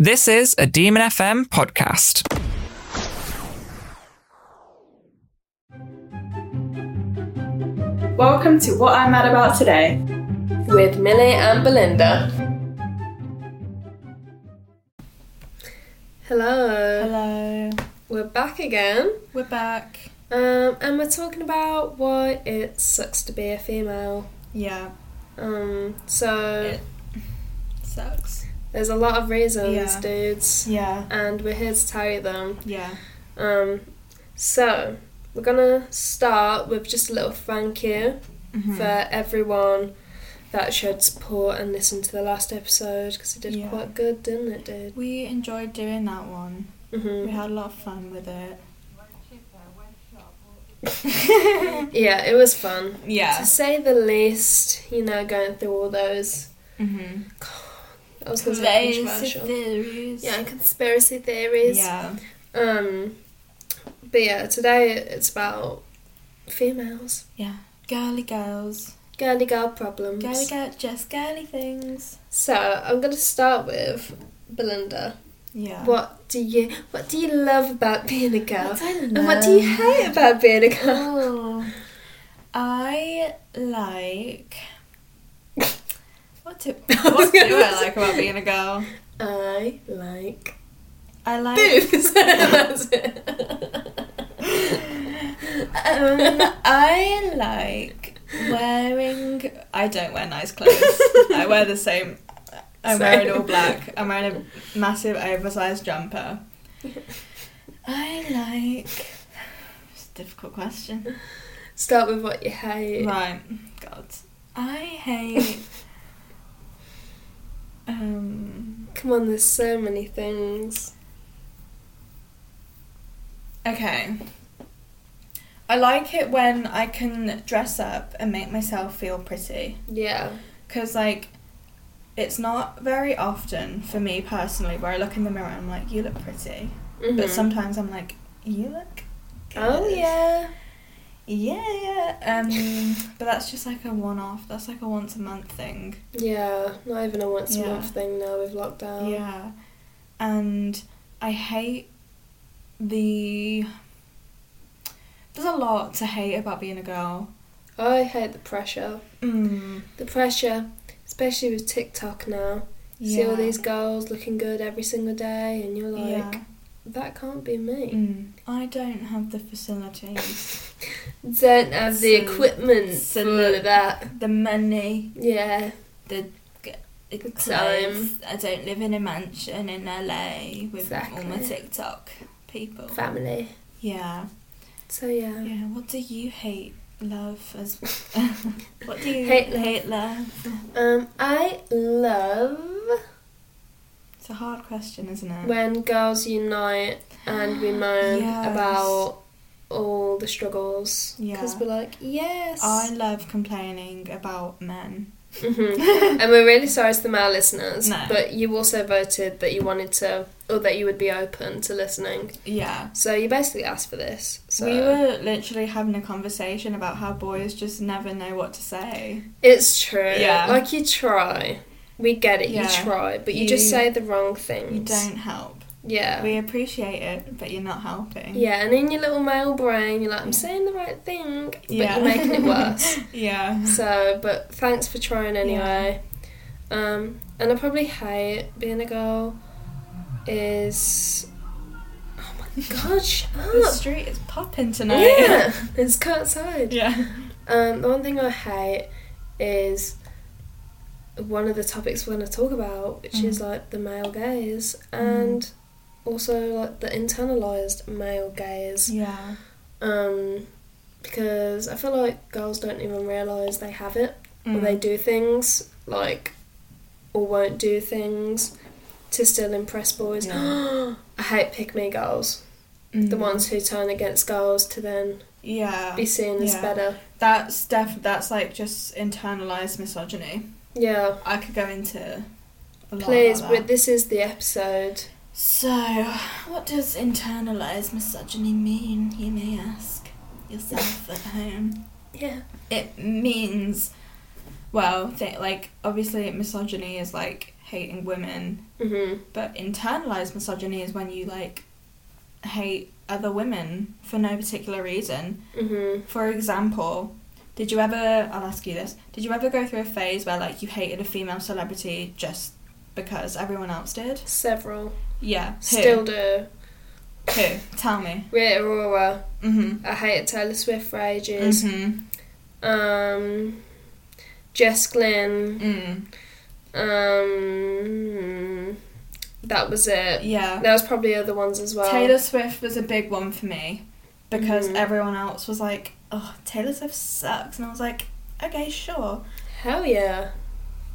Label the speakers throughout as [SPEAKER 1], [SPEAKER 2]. [SPEAKER 1] This is a Demon FM podcast.
[SPEAKER 2] Welcome to What I'm Mad About Today.
[SPEAKER 3] with Millie and Belinda. Hello.
[SPEAKER 2] Hello.
[SPEAKER 3] We're back again,
[SPEAKER 2] We're back.
[SPEAKER 3] um, and we're talking about why it sucks to be a female.
[SPEAKER 2] Yeah.
[SPEAKER 3] Um, so
[SPEAKER 2] It- Sucks.
[SPEAKER 3] there's a lot of reasons,
[SPEAKER 2] Yeah.
[SPEAKER 3] dudes,
[SPEAKER 2] Yeah.
[SPEAKER 3] and we're here to tell you them.
[SPEAKER 2] Yeah.
[SPEAKER 3] Um, so we're gonna start with just a little thank you
[SPEAKER 2] Mm-hmm.
[SPEAKER 3] for everyone that showed support and listened to the last episode because it did
[SPEAKER 2] Yeah.
[SPEAKER 3] quite good, didn't it, dude?
[SPEAKER 2] We enjoyed doing that one.
[SPEAKER 3] Mm-hmm.
[SPEAKER 2] We had a lot of fun with it.
[SPEAKER 3] Yeah, it was fun. To
[SPEAKER 2] Yeah.
[SPEAKER 3] say the least, you know, going through all those.
[SPEAKER 2] Mm-hmm.
[SPEAKER 3] I was going to say controversial. Yeah, and conspiracy theories.
[SPEAKER 2] Yeah.
[SPEAKER 3] Um, but yeah, today it's about females,
[SPEAKER 2] Girly girls.
[SPEAKER 3] girly girl problems.
[SPEAKER 2] Girly girl, just girly things.
[SPEAKER 3] So I'm going to start with Belinda.
[SPEAKER 2] Yeah.
[SPEAKER 3] What do you What do you love about being a girl?
[SPEAKER 2] I
[SPEAKER 3] And what do you hate about being a girl?
[SPEAKER 2] Oh. I like. What do, what do I like about being a girl?
[SPEAKER 3] I like
[SPEAKER 2] I like.
[SPEAKER 3] boobs. That's it.
[SPEAKER 2] Um, I like wearing. I don't wear nice clothes. I wear the same.
[SPEAKER 3] Same.
[SPEAKER 2] I'm wearing all black. I'm wearing a massive oversized jumper. I like. It's a difficult question.
[SPEAKER 3] Start with what you hate.
[SPEAKER 2] Right, God. I hate. Um.
[SPEAKER 3] Come on, there's so many things.
[SPEAKER 2] Okay. I like it when I can dress up and make myself feel pretty.
[SPEAKER 3] Yeah.
[SPEAKER 2] because like it's not very often for me personally where I look in the mirror and I'm like, you look pretty,
[SPEAKER 3] Mhm.
[SPEAKER 2] but sometimes I'm like, you look. Good.
[SPEAKER 3] Oh yeah.
[SPEAKER 2] Yeah. Um, but that's just like a one-off. That's like a once a month thing.
[SPEAKER 3] Yeah. Not even a once a
[SPEAKER 2] Yeah.
[SPEAKER 3] month thing now with lockdown.
[SPEAKER 2] Yeah. And I hate the. There's a lot to hate about being a girl.
[SPEAKER 3] I hate the pressure.
[SPEAKER 2] Mm.
[SPEAKER 3] The pressure, especially with TikTok now. You See all these girls looking good every single day, and you're like,
[SPEAKER 2] Yeah.
[SPEAKER 3] that can't be me.
[SPEAKER 2] Mm. I don't have the facilities,
[SPEAKER 3] Don't have the
[SPEAKER 2] So-
[SPEAKER 3] equipment
[SPEAKER 2] so
[SPEAKER 3] for
[SPEAKER 2] the-
[SPEAKER 3] that.
[SPEAKER 2] the money.
[SPEAKER 3] Yeah.
[SPEAKER 2] Time. I don't live in a mansion in LA with all my
[SPEAKER 3] Exactly.
[SPEAKER 2] TikTok people.
[SPEAKER 3] Family.
[SPEAKER 2] Yeah.
[SPEAKER 3] So yeah.
[SPEAKER 2] Yeah. What do you hate? Love as what do you
[SPEAKER 3] Hate
[SPEAKER 2] hate?
[SPEAKER 3] love.
[SPEAKER 2] Hate love.
[SPEAKER 3] Um, I love
[SPEAKER 2] It's a hard question, isn't it?
[SPEAKER 3] when girls unite and we moan
[SPEAKER 2] Yes.
[SPEAKER 3] about all the struggles because
[SPEAKER 2] Yeah.
[SPEAKER 3] we're like yes
[SPEAKER 2] I love complaining about men.
[SPEAKER 3] Mhm. and we're really sorry to the male listeners
[SPEAKER 2] No.
[SPEAKER 3] but you also voted that you wanted to or that you would be open to listening
[SPEAKER 2] Yeah.
[SPEAKER 3] so you basically asked for this so
[SPEAKER 2] We were literally having a conversation about how boys just never know what to say.
[SPEAKER 3] it's true
[SPEAKER 2] Yeah.
[SPEAKER 3] like you try we get it
[SPEAKER 2] Yeah.
[SPEAKER 3] you try but you,
[SPEAKER 2] You-
[SPEAKER 3] just say the wrong
[SPEAKER 2] You
[SPEAKER 3] things
[SPEAKER 2] don't help.
[SPEAKER 3] yeah
[SPEAKER 2] We appreciate it, but you're not helping.
[SPEAKER 3] yeah, and in your little male brain, you're like, I'm saying the right thing, but
[SPEAKER 2] Yeah.
[SPEAKER 3] you're making it worse.
[SPEAKER 2] Yeah.
[SPEAKER 3] So, but thanks for trying anyway. Um, and I probably hate being a girl. Is oh my god, shut
[SPEAKER 2] The
[SPEAKER 3] up!
[SPEAKER 2] street is popping tonight.
[SPEAKER 3] Yeah, it's cut outside.
[SPEAKER 2] yeah.
[SPEAKER 3] Um, the one thing I hate is one of the topics we're gonna talk about, which is
[SPEAKER 2] Mm.
[SPEAKER 3] like the male gaze and also like the internalized male gaze.
[SPEAKER 2] Yeah.
[SPEAKER 3] Um, because I feel like girls don't even realize they have it or
[SPEAKER 2] Mm.
[SPEAKER 3] they do things like or won't do things to still impress boys. I hate pick me girls, the
[SPEAKER 2] Mm.
[SPEAKER 3] ones who turn against girls to then
[SPEAKER 2] Yeah,
[SPEAKER 3] be seen as
[SPEAKER 2] Yeah.
[SPEAKER 3] better.
[SPEAKER 2] that's def. That's like just internalized misogyny.
[SPEAKER 3] Yeah,
[SPEAKER 2] I could go into. A lot
[SPEAKER 3] please.
[SPEAKER 2] about
[SPEAKER 3] But
[SPEAKER 2] that.
[SPEAKER 3] this is the episode.
[SPEAKER 2] So, what does internalized misogyny mean? You may ask yourself at home.
[SPEAKER 3] Yeah,
[SPEAKER 2] It means, well, th- like obviously misogyny is like hating women,
[SPEAKER 3] hmm
[SPEAKER 2] but internalized misogyny is when you like hate other women for no particular reason.
[SPEAKER 3] hmm
[SPEAKER 2] For example, did you ever? I'll ask you this. Did you ever go through a phase where like you hated a female celebrity just because everyone else did?
[SPEAKER 3] Several.
[SPEAKER 2] Yeah. Who?
[SPEAKER 3] Still do.
[SPEAKER 2] Who? Tell me.
[SPEAKER 3] Rita Aurora.
[SPEAKER 2] Mhm.
[SPEAKER 3] I hated Taylor Swift for ages.
[SPEAKER 2] Mhm.
[SPEAKER 3] Um, Jess Glynn.
[SPEAKER 2] Mm.
[SPEAKER 3] Um, that was it.
[SPEAKER 2] Yeah.
[SPEAKER 3] There was probably other ones as well.
[SPEAKER 2] Taylor Swift was a big one for me because
[SPEAKER 3] Mhm.
[SPEAKER 2] everyone else was like, "Oh, Taylor Swift sucks," and I was like, "Okay, sure,"
[SPEAKER 3] Hell yeah.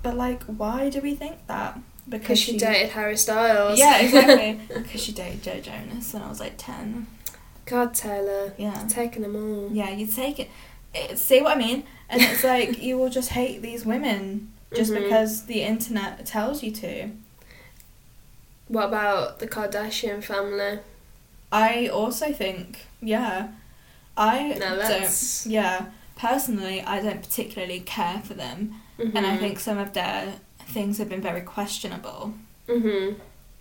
[SPEAKER 2] but like, why do we think that?
[SPEAKER 3] Because she dated Harry Styles.
[SPEAKER 2] Yeah, exactly. Because she dated Joe Jonas, and I was like ten.
[SPEAKER 3] God, Taylor.
[SPEAKER 2] Yeah.
[SPEAKER 3] Taking them all.
[SPEAKER 2] Yeah, you take it. it see what I mean? And it's like you will just hate these women just
[SPEAKER 3] Mhm.
[SPEAKER 2] because the internet tells you to.
[SPEAKER 3] What about the Kardashian family?
[SPEAKER 2] I also think, yeah, I
[SPEAKER 3] No, that's-
[SPEAKER 2] don't. Yeah, personally, I don't particularly care for them, and
[SPEAKER 3] Mm-hmm.
[SPEAKER 2] I think some of their things have been very questionable.
[SPEAKER 3] hmm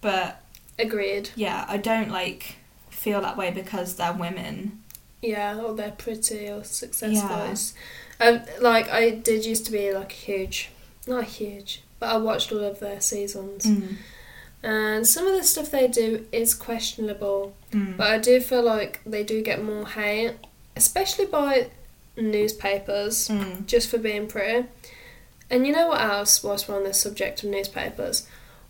[SPEAKER 2] But
[SPEAKER 3] Agreed.
[SPEAKER 2] yeah, I don't like feel that way because they're women.
[SPEAKER 3] Yeah, or they're pretty or successful. Um, like I did used to be like a huge, not a huge, but I watched all of their seasons,
[SPEAKER 2] Mm.
[SPEAKER 3] and some of the stuff they do is questionable.
[SPEAKER 2] Mm.
[SPEAKER 3] But I do feel like they do get more hate, especially by newspapers,
[SPEAKER 2] Mm.
[SPEAKER 3] just for being pretty. And you know what else? Whilst we're on this subject of newspapers,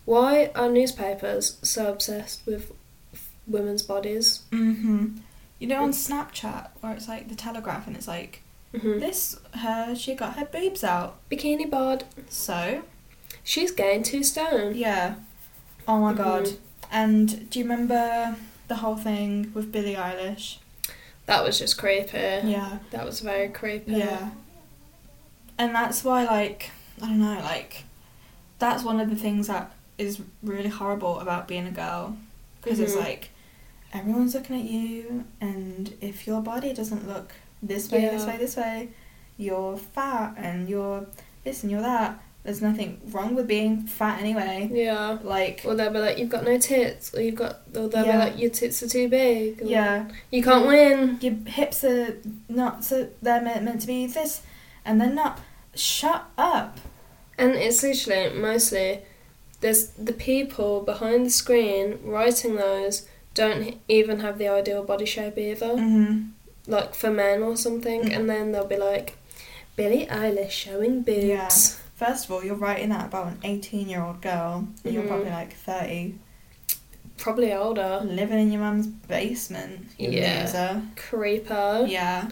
[SPEAKER 3] why are newspapers so obsessed with women's bodies?
[SPEAKER 2] hmm You know, on Snapchat where it's like the Telegraph, and it's like
[SPEAKER 3] hmm
[SPEAKER 2] this her she got her boobs out.
[SPEAKER 3] Bikini bod.
[SPEAKER 2] So
[SPEAKER 3] She's gained two stone.
[SPEAKER 2] yeah. Oh my god.
[SPEAKER 3] Mhm.
[SPEAKER 2] And do you remember the whole thing with Billie Eilish?
[SPEAKER 3] That was just creepy.
[SPEAKER 2] Yeah.
[SPEAKER 3] That was very creepy.
[SPEAKER 2] Yeah. And that's why, like, I don't know, like, that's one of the things that is really horrible about being a girl. Because it's
[SPEAKER 3] Mhm.
[SPEAKER 2] like, everyone's looking at you, and if your body doesn't look this way, this
[SPEAKER 3] Yeah.
[SPEAKER 2] way, this way, you're fat and you're this and you're that. There's nothing wrong with being fat anyway.
[SPEAKER 3] Yeah.
[SPEAKER 2] Like,
[SPEAKER 3] Or they'll be like, you've got no tits, or you've got, or they'll
[SPEAKER 2] Yeah.
[SPEAKER 3] be like, your tits are too big. Or,
[SPEAKER 2] yeah,
[SPEAKER 3] You can't win.
[SPEAKER 2] your hips are not so, they're meant meant to be this, and they're not. Shut up.
[SPEAKER 3] And it's literally mostly there's the people behind the screen writing those don't h- even have the ideal body shape either,
[SPEAKER 2] Mm-hmm.
[SPEAKER 3] like for men or something,
[SPEAKER 2] Mm.
[SPEAKER 3] and then they'll be like, Billie Eilish showing boobs.
[SPEAKER 2] First of all, you're writing that about an 18 year old girl, and you're
[SPEAKER 3] Mhm.
[SPEAKER 2] probably like 30,
[SPEAKER 3] Probably older.
[SPEAKER 2] living in your mum's basement, you
[SPEAKER 3] Yeah.
[SPEAKER 2] loser.
[SPEAKER 3] Creeper.
[SPEAKER 2] Mm. Yeah.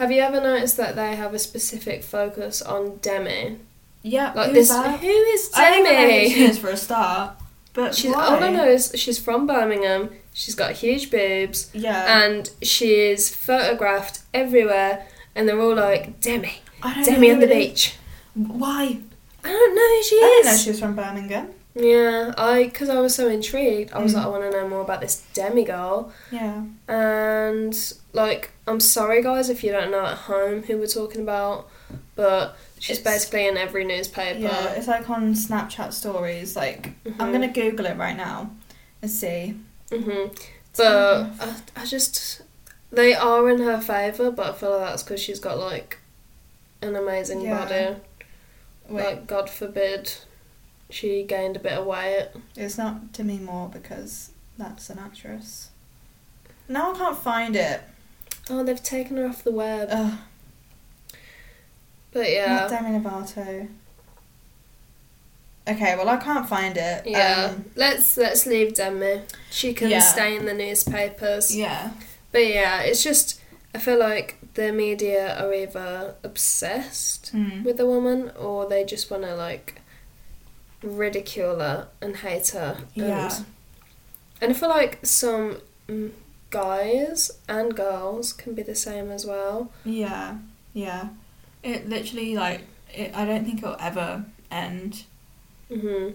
[SPEAKER 3] Have you ever noticed that they have a specific focus on Demi?
[SPEAKER 2] Yeah,
[SPEAKER 3] Like this.
[SPEAKER 2] who's that?
[SPEAKER 3] Who is
[SPEAKER 2] I don't even know who she
[SPEAKER 3] Demi?
[SPEAKER 2] is for a start, but
[SPEAKER 3] She's oh,
[SPEAKER 2] why?
[SPEAKER 3] all I know is she's from Birmingham. She's got huge boobs.
[SPEAKER 2] Yeah.
[SPEAKER 3] and she is photographed everywhere, and they're all like, Demi,
[SPEAKER 2] I don't
[SPEAKER 3] Uh, Demi
[SPEAKER 2] know
[SPEAKER 3] on
[SPEAKER 2] who
[SPEAKER 3] the
[SPEAKER 2] it is.
[SPEAKER 3] beach.
[SPEAKER 2] Why?
[SPEAKER 3] I don't know who she
[SPEAKER 2] I didn't know
[SPEAKER 3] is.
[SPEAKER 2] she was from Birmingham.
[SPEAKER 3] yeah, I because I was so intrigued, I was
[SPEAKER 2] Mm.
[SPEAKER 3] like, I want to know more about this Demi girl.
[SPEAKER 2] Yeah.
[SPEAKER 3] And like, I'm sorry guys if you don't know at home who we're talking about, but she's
[SPEAKER 2] It's-
[SPEAKER 3] basically in every newspaper.
[SPEAKER 2] Yeah, it's like on Snapchat stories. Like, I'm
[SPEAKER 3] Mhm.
[SPEAKER 2] gonna Google it right now and see. Mm-hmm.
[SPEAKER 3] hmm But I, I just they are in her favour, but I feel like that's because she's got like an amazing
[SPEAKER 2] Yeah.
[SPEAKER 3] body.
[SPEAKER 2] Wait,
[SPEAKER 3] Like, God forbid she gained a bit of weight.
[SPEAKER 2] it's not Demi Moore because that's an actress. Now I can't find it.
[SPEAKER 3] Oh, they've taken her off the web.
[SPEAKER 2] Ugh.
[SPEAKER 3] But
[SPEAKER 2] Uh, Not
[SPEAKER 3] yeah.
[SPEAKER 2] Demi Lovato. Okay, well I can't find it.
[SPEAKER 3] Yeah.
[SPEAKER 2] Um,
[SPEAKER 3] let's let's leave Demi. She can
[SPEAKER 2] Yeah.
[SPEAKER 3] stay in the newspapers.
[SPEAKER 2] yeah.
[SPEAKER 3] But yeah, it's just I feel like the media are either obsessed
[SPEAKER 2] Mm.
[SPEAKER 3] with the woman or they just wanna like ridicule her and hate her. And,
[SPEAKER 2] Yeah.
[SPEAKER 3] and I feel like some mm, guys and girls can be the same as well.
[SPEAKER 2] Yeah. Yeah. It literally like it, I don't think it'll ever end.
[SPEAKER 3] hmm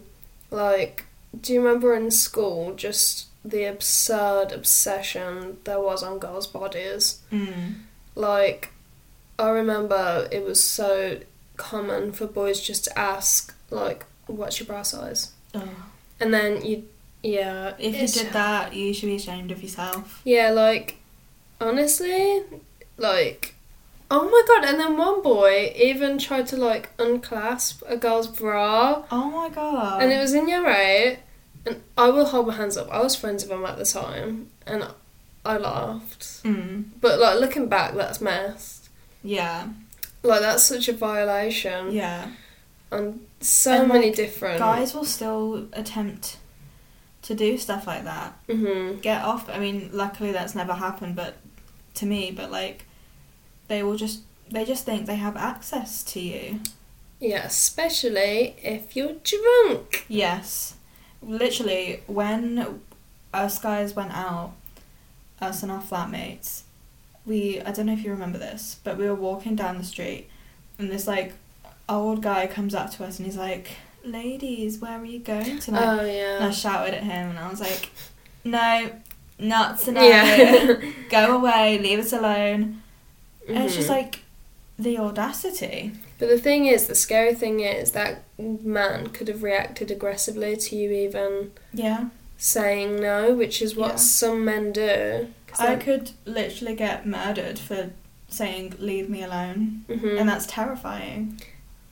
[SPEAKER 3] Like, do you remember in school just the absurd obsession there was on girls' bodies?
[SPEAKER 2] Mm.
[SPEAKER 3] Like, I remember it was so common for boys just to ask, like, what's your bra size? And then you, yeah.
[SPEAKER 2] If
[SPEAKER 3] it's-
[SPEAKER 2] you did that, you should be ashamed of yourself.
[SPEAKER 3] Yeah, like honestly, like oh my god! And then one boy even tried to like unclasp a girl's bra,
[SPEAKER 2] Oh my god.
[SPEAKER 3] and it was in your right. And I will hold my hands up. I was friends with him at the time, and I laughed.
[SPEAKER 2] Mm,
[SPEAKER 3] But like looking back, that's messed.
[SPEAKER 2] yeah.
[SPEAKER 3] Like that's such a violation
[SPEAKER 2] Yeah.
[SPEAKER 3] on so
[SPEAKER 2] And,
[SPEAKER 3] many
[SPEAKER 2] like,
[SPEAKER 3] different.
[SPEAKER 2] Guys will still attempt to do stuff like that.
[SPEAKER 3] hmm
[SPEAKER 2] Get off. I mean, luckily that's never happened, but to me, but like, they will just they just think they have access to you.
[SPEAKER 3] Yeah, especially if you're drunk.
[SPEAKER 2] Yes. Literally, when us guys went out, us and our flatmates, we, I don't know if you remember this, but we were walking down the street and this, like, old guy comes up to us and he's like, Ladies, where are you going tonight?
[SPEAKER 3] Oh
[SPEAKER 2] and I
[SPEAKER 3] yeah.
[SPEAKER 2] shouted at him and I was like, No, not tonight.
[SPEAKER 3] Yeah.
[SPEAKER 2] Go away, leave us alone. And it's
[SPEAKER 3] Mhm.
[SPEAKER 2] just like, the audacity.
[SPEAKER 3] But the thing is, the scary thing is that man could have reacted aggressively to you even
[SPEAKER 2] Yeah.
[SPEAKER 3] saying no, which is what
[SPEAKER 2] Yeah.
[SPEAKER 3] some men do. 'Cause
[SPEAKER 2] I
[SPEAKER 3] they're-
[SPEAKER 2] could literally get murdered for saying "leave me alone,"
[SPEAKER 3] Mhm.
[SPEAKER 2] and that's terrifying.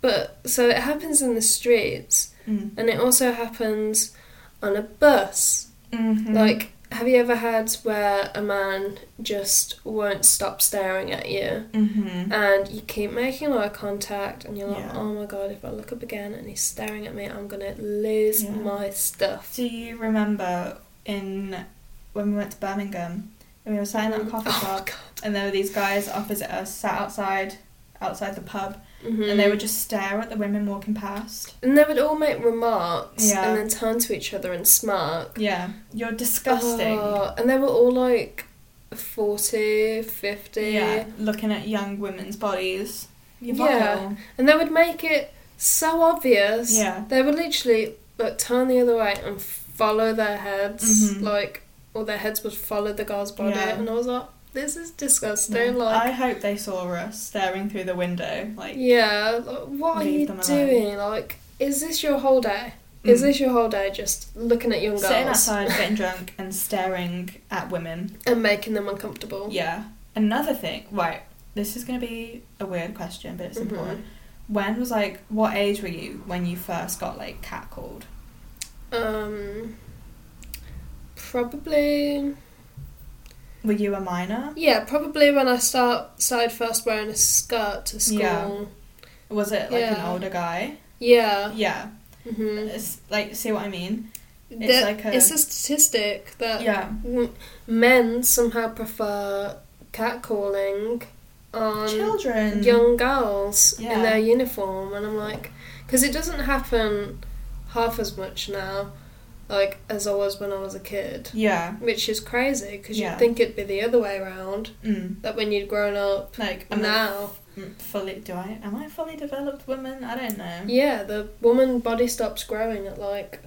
[SPEAKER 3] but so it happens in the streets,
[SPEAKER 2] Mm.
[SPEAKER 3] and it also happens on a bus.
[SPEAKER 2] hmm
[SPEAKER 3] Like, have you ever had where a man just won't stop staring at you?
[SPEAKER 2] hmm
[SPEAKER 3] and you keep making eye contact and you're like
[SPEAKER 2] Yeah.
[SPEAKER 3] oh my god if i look up again and he's staring at me i'm gonna lose
[SPEAKER 2] Yeah.
[SPEAKER 3] my stuff
[SPEAKER 2] do you remember in when we went to Birmingham and we were sat in that coffee
[SPEAKER 3] oh my
[SPEAKER 2] shop,
[SPEAKER 3] god
[SPEAKER 2] and there were these guys opposite us sat outside, outside the pub,
[SPEAKER 3] Mhm.
[SPEAKER 2] and they would just stare at the women walking past.
[SPEAKER 3] and they would all make remarks
[SPEAKER 2] Yeah.
[SPEAKER 3] and then turn to each other and smirk
[SPEAKER 2] Yeah, you're disgusting.
[SPEAKER 3] Oh, and they were all like 40 50
[SPEAKER 2] yeah, looking at young women's bodies. You're
[SPEAKER 3] Yeah.
[SPEAKER 2] vile.
[SPEAKER 3] and they would make it so obvious
[SPEAKER 2] Yeah.
[SPEAKER 3] they would literally like turn the other way and follow their heads
[SPEAKER 2] Mhm.
[SPEAKER 3] like or their heads would follow the girl's body
[SPEAKER 2] Yeah.
[SPEAKER 3] and i was like this is disgusting
[SPEAKER 2] Yeah.
[SPEAKER 3] like
[SPEAKER 2] I hope they saw us staring through the window. Like,
[SPEAKER 3] Yeah, like, what are
[SPEAKER 2] Leave
[SPEAKER 3] you
[SPEAKER 2] them alone.
[SPEAKER 3] doing? Like, is this your whole day? Is
[SPEAKER 2] Mm.
[SPEAKER 3] this your whole day just looking at young girls
[SPEAKER 2] Sitting outside, getting drunk, and staring at women.
[SPEAKER 3] and making them uncomfortable?
[SPEAKER 2] Yeah. Another thing, right? This is going to be a weird question, but it's
[SPEAKER 3] Mhm.
[SPEAKER 2] important. When was like, what age were you when you first got like catcalled?
[SPEAKER 3] Um, probably.
[SPEAKER 2] Were you a minor?
[SPEAKER 3] Yeah, probably when I start started first wearing a skirt to school.
[SPEAKER 2] Yeah.
[SPEAKER 3] Yeah.
[SPEAKER 2] Was it like an
[SPEAKER 3] Yeah. Uh,
[SPEAKER 2] older guy? Yeah.
[SPEAKER 3] hmm
[SPEAKER 2] It's, like, see what I mean?
[SPEAKER 3] It's,
[SPEAKER 2] like a-
[SPEAKER 3] it's a statistic that
[SPEAKER 2] Yeah.
[SPEAKER 3] w- men somehow prefer catcalling on
[SPEAKER 2] Children.
[SPEAKER 3] um, young girls
[SPEAKER 2] Yeah.
[SPEAKER 3] in their uniform, and I'm like, because it doesn't happen half as much now, like as always when I was a kid,
[SPEAKER 2] Yeah.
[SPEAKER 3] which is crazy because
[SPEAKER 2] Yeah.
[SPEAKER 3] you'd think it'd be the other way around
[SPEAKER 2] Mm.
[SPEAKER 3] that when you'd grown up.
[SPEAKER 2] Like, am
[SPEAKER 3] now,
[SPEAKER 2] I f- fully? Do I? Am I a fully developed woman? I don't know.
[SPEAKER 3] yeah, the woman body stops growing at like,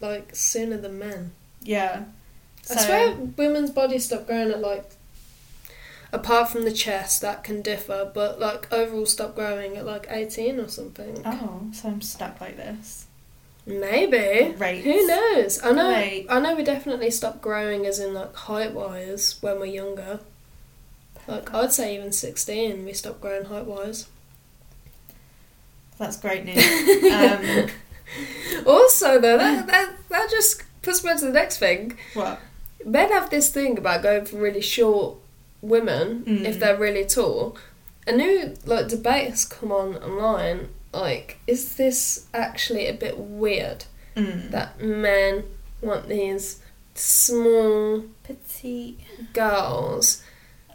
[SPEAKER 3] like sooner than men.
[SPEAKER 2] Yeah.
[SPEAKER 3] I swear, women's bodies stop growing at like. Apart from the chest, that can differ, but like overall, stop growing at like eighteen or something.
[SPEAKER 2] Oh, so I'm stuck like this.
[SPEAKER 3] Maybe.
[SPEAKER 2] Right.
[SPEAKER 3] Who knows? I know.
[SPEAKER 2] Right.
[SPEAKER 3] I know we definitely stopped growing as in like height wise when we're younger. Like I'd say even sixteen, we stopped growing height wise.
[SPEAKER 2] That's great news. um,
[SPEAKER 3] Also, though, that that that just puts me on to the next thing.
[SPEAKER 2] what?
[SPEAKER 3] Men have this thing about going for really short women
[SPEAKER 2] Mm.
[SPEAKER 3] if they're really tall. A new like debate has come on online. Like, is this actually a bit weird?
[SPEAKER 2] Mm.
[SPEAKER 3] that men want these small
[SPEAKER 2] petite.
[SPEAKER 3] girls.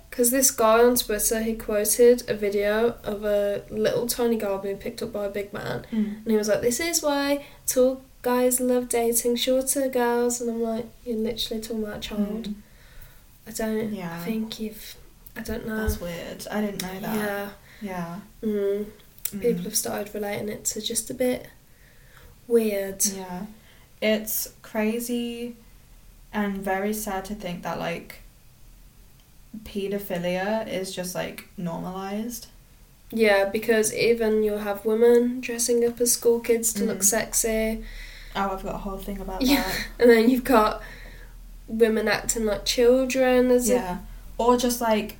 [SPEAKER 3] Because this guy on Twitter, he quoted a video of a little tiny girl being picked up by a big man.
[SPEAKER 2] Mm.
[SPEAKER 3] And he was like, This is why tall guys love dating shorter girls. And I'm like, You're literally talking about a child.
[SPEAKER 2] Mm.
[SPEAKER 3] I don't
[SPEAKER 2] Yeah.
[SPEAKER 3] think you've. I don't know.
[SPEAKER 2] That's weird. I didn't know that.
[SPEAKER 3] Uh, yeah.
[SPEAKER 2] Yeah.
[SPEAKER 3] Mm.
[SPEAKER 2] Mm.
[SPEAKER 3] People have started relating it to just a bit weird.
[SPEAKER 2] Yeah. It's crazy and very sad to think that like pedophilia is just like normalized.
[SPEAKER 3] Yeah, because even you'll have women dressing up as school kids to look
[SPEAKER 2] Mhm.
[SPEAKER 3] sexy,
[SPEAKER 2] Oh, I've got a whole thing about
[SPEAKER 3] Yeah.
[SPEAKER 2] that.
[SPEAKER 3] and then you've got women acting like children as
[SPEAKER 2] yeah. Or just like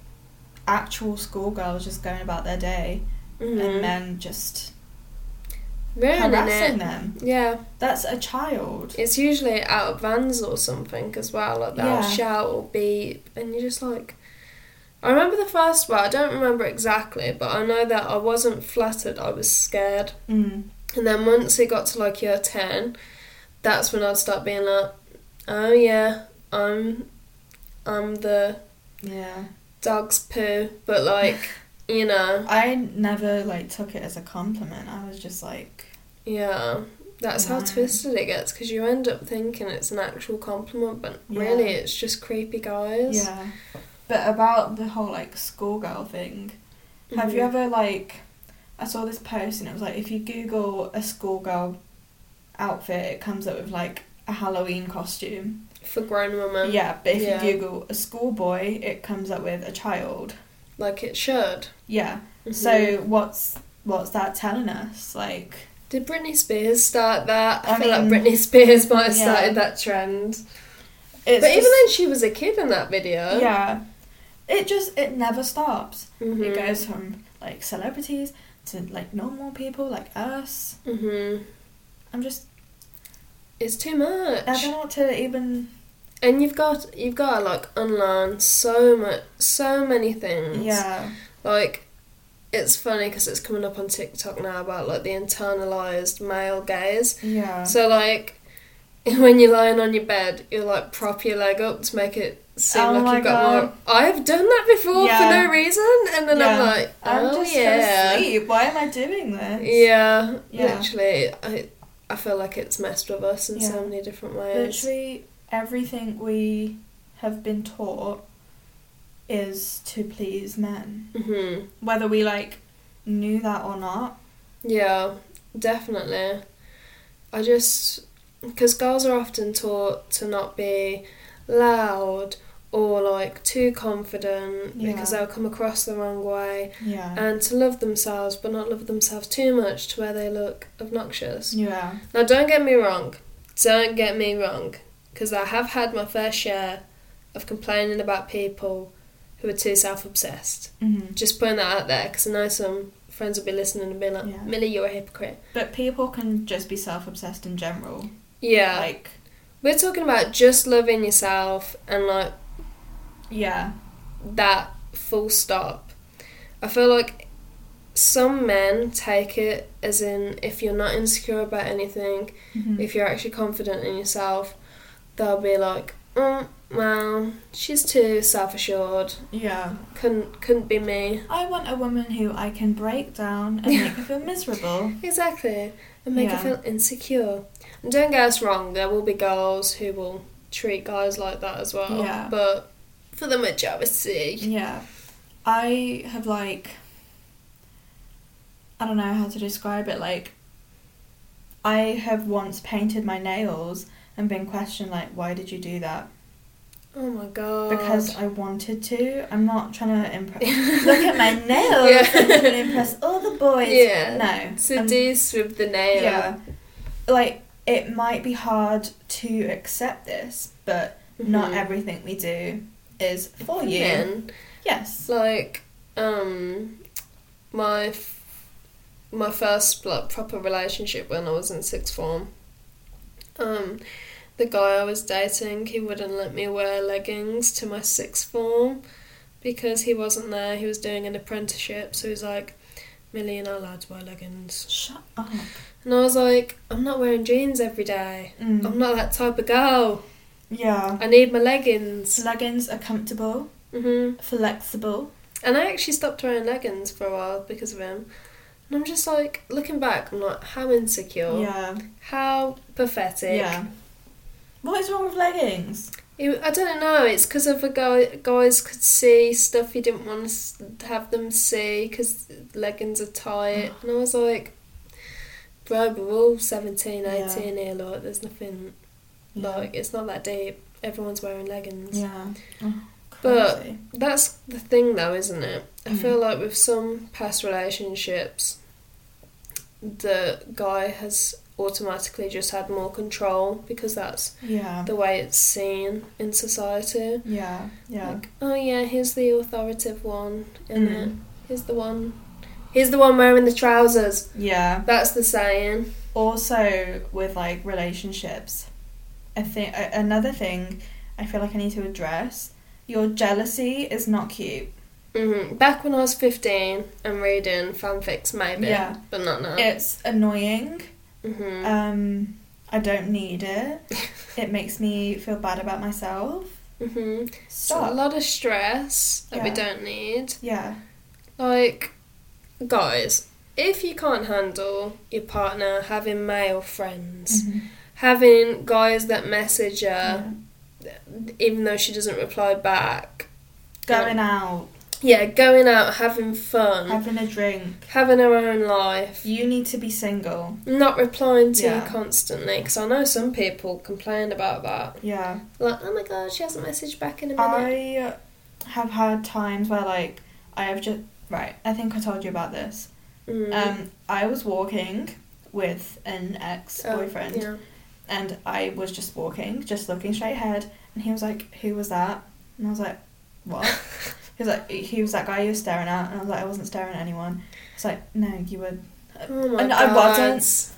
[SPEAKER 2] actual schoolgirls just going about their day
[SPEAKER 3] if Mhm.
[SPEAKER 2] and men just
[SPEAKER 3] Ruining
[SPEAKER 2] harassing
[SPEAKER 3] it.
[SPEAKER 2] them.
[SPEAKER 3] Yeah,
[SPEAKER 2] That's a child.
[SPEAKER 3] it's usually out of vans or something as well. Like they'll
[SPEAKER 2] Yeah.
[SPEAKER 3] shout or beep, and you're just like, I remember the first one. I don't remember exactly, but I know that I wasn't flattered. I was scared.
[SPEAKER 2] Mm.
[SPEAKER 3] And then once it got to like year 10, that's when I'd start being like, oh yeah, I'm, I'm the
[SPEAKER 2] Yeah.
[SPEAKER 3] dog's poo, but like, you know,
[SPEAKER 2] I never like took it as a compliment. I was just like,
[SPEAKER 3] yeah, that's how
[SPEAKER 2] Wow.
[SPEAKER 3] twisted it gets because you end up thinking it's an actual compliment, but
[SPEAKER 2] Yeah.
[SPEAKER 3] really it's just creepy guys.
[SPEAKER 2] yeah. But about the whole like schoolgirl thing, have you
[SPEAKER 3] Mhm.
[SPEAKER 2] ever like? I saw this post and it was like if you Google a schoolgirl outfit, it comes up with like a Halloween costume.
[SPEAKER 3] For grown women,
[SPEAKER 2] yeah, but if
[SPEAKER 3] Uh, yeah.
[SPEAKER 2] you Google a schoolboy, it comes up with a child.
[SPEAKER 3] like it should.
[SPEAKER 2] Yeah.
[SPEAKER 3] Mhm.
[SPEAKER 2] So what's what's that telling us? Like,
[SPEAKER 3] Did Britney Spears start that? I,
[SPEAKER 2] I
[SPEAKER 3] feel like
[SPEAKER 2] mean-
[SPEAKER 3] Britney Spears might have
[SPEAKER 2] Yeah.
[SPEAKER 3] started that trend.
[SPEAKER 2] it's
[SPEAKER 3] but even
[SPEAKER 2] just-
[SPEAKER 3] then, she was a kid in that video.
[SPEAKER 2] yeah, it just it never stops.
[SPEAKER 3] Mhm.
[SPEAKER 2] It goes from like celebrities to like normal people like us.
[SPEAKER 3] Mhm.
[SPEAKER 2] I'm just
[SPEAKER 3] It's too much.
[SPEAKER 2] I don't know what to even
[SPEAKER 3] And you've got you've got to like unlearn so much, so many things.
[SPEAKER 2] yeah
[SPEAKER 3] Like, it's funny because it's coming up on TikTok now about like the internalized male gaze.
[SPEAKER 2] yeah
[SPEAKER 3] So like, when you're lying on your bed, you like prop your leg up to make it seem
[SPEAKER 2] Oh
[SPEAKER 3] like
[SPEAKER 2] my
[SPEAKER 3] you've got
[SPEAKER 2] God.
[SPEAKER 3] more. I've done that before for
[SPEAKER 2] Yeah.
[SPEAKER 3] no reason, and then I'm
[SPEAKER 2] Yeah.
[SPEAKER 3] like,
[SPEAKER 2] I'm
[SPEAKER 3] oh
[SPEAKER 2] just
[SPEAKER 3] yeah,
[SPEAKER 2] gonna sleep. Why am I doing this?
[SPEAKER 3] yeah,
[SPEAKER 2] Yeah.
[SPEAKER 3] literally. I I feel like it's messed with us in so
[SPEAKER 2] Yeah.
[SPEAKER 3] many different ways.
[SPEAKER 2] Literally everything we have been taught is to please men.
[SPEAKER 3] hmm
[SPEAKER 2] Whether we like knew that or not.
[SPEAKER 3] Yeah, definitely. I just because girls are often taught to not be loud or like too confident
[SPEAKER 2] Yeah.
[SPEAKER 3] because they'll come across the wrong way
[SPEAKER 2] Yeah.
[SPEAKER 3] and to love themselves but not love themselves too much to where they look obnoxious.
[SPEAKER 2] Yeah.
[SPEAKER 3] Now, don't get me wrong, don't get me wrong because I have had my fair share of complaining about people who are too self obsessed
[SPEAKER 2] hmm
[SPEAKER 3] just putting that out there because I know some friends will be listening and being like,
[SPEAKER 2] Yeah.
[SPEAKER 3] Millie, you're a hypocrite.
[SPEAKER 2] But people can just be self obsessed in general.
[SPEAKER 3] Yeah.
[SPEAKER 2] Like
[SPEAKER 3] We're talking about just loving yourself and like
[SPEAKER 2] yeah.
[SPEAKER 3] that full stop. I feel like some men take it as in if you're not insecure about anything,
[SPEAKER 2] Mhm.
[SPEAKER 3] if you're actually confident in yourself, they'll be like, mm, well, she's too self assured.
[SPEAKER 2] Yeah.
[SPEAKER 3] Couldn't couldn't be me.
[SPEAKER 2] I want a woman who I can break down and make me feel miserable.
[SPEAKER 3] Exactly. And make
[SPEAKER 2] Yeah.
[SPEAKER 3] her feel insecure. And don't get us wrong, there will be girls who will treat guys like that as well.
[SPEAKER 2] Yeah.
[SPEAKER 3] But for the majority.
[SPEAKER 2] Yeah. I have like I don't know how to describe it, like I have once painted my nails and been questioned like why did you do that?
[SPEAKER 3] Oh my god.
[SPEAKER 2] Because I wanted to. I'm not trying to impress look at my nails.
[SPEAKER 3] Yeah.
[SPEAKER 2] I'm gonna impress all the boys.
[SPEAKER 3] Yeah.
[SPEAKER 2] No. I'm-
[SPEAKER 3] seduced with the nail.
[SPEAKER 2] yeah. Like it might be hard to accept this, but not
[SPEAKER 3] Mhm.
[SPEAKER 2] everything we do is for you.
[SPEAKER 3] Men.
[SPEAKER 2] Yes.
[SPEAKER 3] Like, um my f- my first like proper relationship when I was in sixth form. Um the guy I was dating, he wouldn't let me wear leggings to my sixth form because he wasn't there. He was doing an apprenticeship, so he's like, Millie, you're not allowed to wear leggings.
[SPEAKER 2] Shut up.
[SPEAKER 3] And I was like, I'm not wearing jeans every day.
[SPEAKER 2] Mm.
[SPEAKER 3] I'm not that type of girl.
[SPEAKER 2] Yeah.
[SPEAKER 3] I need my leggings.
[SPEAKER 2] Leggings are comfortable, Mm-hmm.
[SPEAKER 3] hmm
[SPEAKER 2] flexible.
[SPEAKER 3] And I actually stopped wearing leggings for a while because of him. And I'm just like, looking back, I'm like, how insecure.
[SPEAKER 2] Yeah.
[SPEAKER 3] How pathetic.
[SPEAKER 2] Yeah. What is wrong with leggings?
[SPEAKER 3] It- I don't know. It's because other guy, guys could see stuff he didn't want to s- have them see because leggings are tight. and I was like, bro, we're all 17,
[SPEAKER 2] Yeah.
[SPEAKER 3] 18 here. Like, there's nothing. Like, it's not that deep. Everyone's wearing leggings.
[SPEAKER 2] Yeah. Oh, God.
[SPEAKER 3] But-
[SPEAKER 2] crazy.
[SPEAKER 3] That's the thing, though, isn't it? I
[SPEAKER 2] Mm.
[SPEAKER 3] feel like with some past relationships, the guy has automatically just had more control because that's
[SPEAKER 2] yeah,
[SPEAKER 3] the way it's seen in society.
[SPEAKER 2] yeah, yeah,
[SPEAKER 3] Like, oh yeah, here's the authoritative one, isn't it?
[SPEAKER 2] Mm.
[SPEAKER 3] Here's the one. Here's the one wearing the trousers.
[SPEAKER 2] yeah.
[SPEAKER 3] That's the saying.
[SPEAKER 2] also with like relationships i think a- another thing i feel like i need to address your jealousy is not cute
[SPEAKER 3] hmm Back when I was 15 and reading fanfics, maybe.
[SPEAKER 2] Yeah.
[SPEAKER 3] But not now.
[SPEAKER 2] it's annoying
[SPEAKER 3] hmm
[SPEAKER 2] um i don't need it it makes me feel bad about myself
[SPEAKER 3] hmm So a
[SPEAKER 2] stop
[SPEAKER 3] lot of stress that we
[SPEAKER 2] Yeah.
[SPEAKER 3] don't need.
[SPEAKER 2] yeah
[SPEAKER 3] Like, guys, if you can't handle your partner having male friends,
[SPEAKER 2] Mm.
[SPEAKER 3] having guys that message her, even though she doesn't reply back,
[SPEAKER 2] going out
[SPEAKER 3] yeah, Mm-hmm. going out, having fun,
[SPEAKER 2] having a drink
[SPEAKER 3] having her own life,
[SPEAKER 2] you need to be single
[SPEAKER 3] not replying to
[SPEAKER 2] Yeah.
[SPEAKER 3] you constantly. Because I know some people complain about that.
[SPEAKER 2] yeah
[SPEAKER 3] Like, oh my god, she hasn't messaged back in a minute.
[SPEAKER 2] I have had times where like I have just right. I think I told you about this.
[SPEAKER 3] Mm.
[SPEAKER 2] Um, I was walking with an ex
[SPEAKER 3] Oh,
[SPEAKER 2] boyfriend,
[SPEAKER 3] yeah.
[SPEAKER 2] and I was just walking, just looking straight ahead, and he was like, "Who was that?" And I was like, "What?" he was like, "He was that guy you were staring at," and I was like, "I wasn't staring at anyone." It's like, "No, you were."
[SPEAKER 3] Oh my
[SPEAKER 2] Uh, and
[SPEAKER 3] god.
[SPEAKER 2] I wasn't.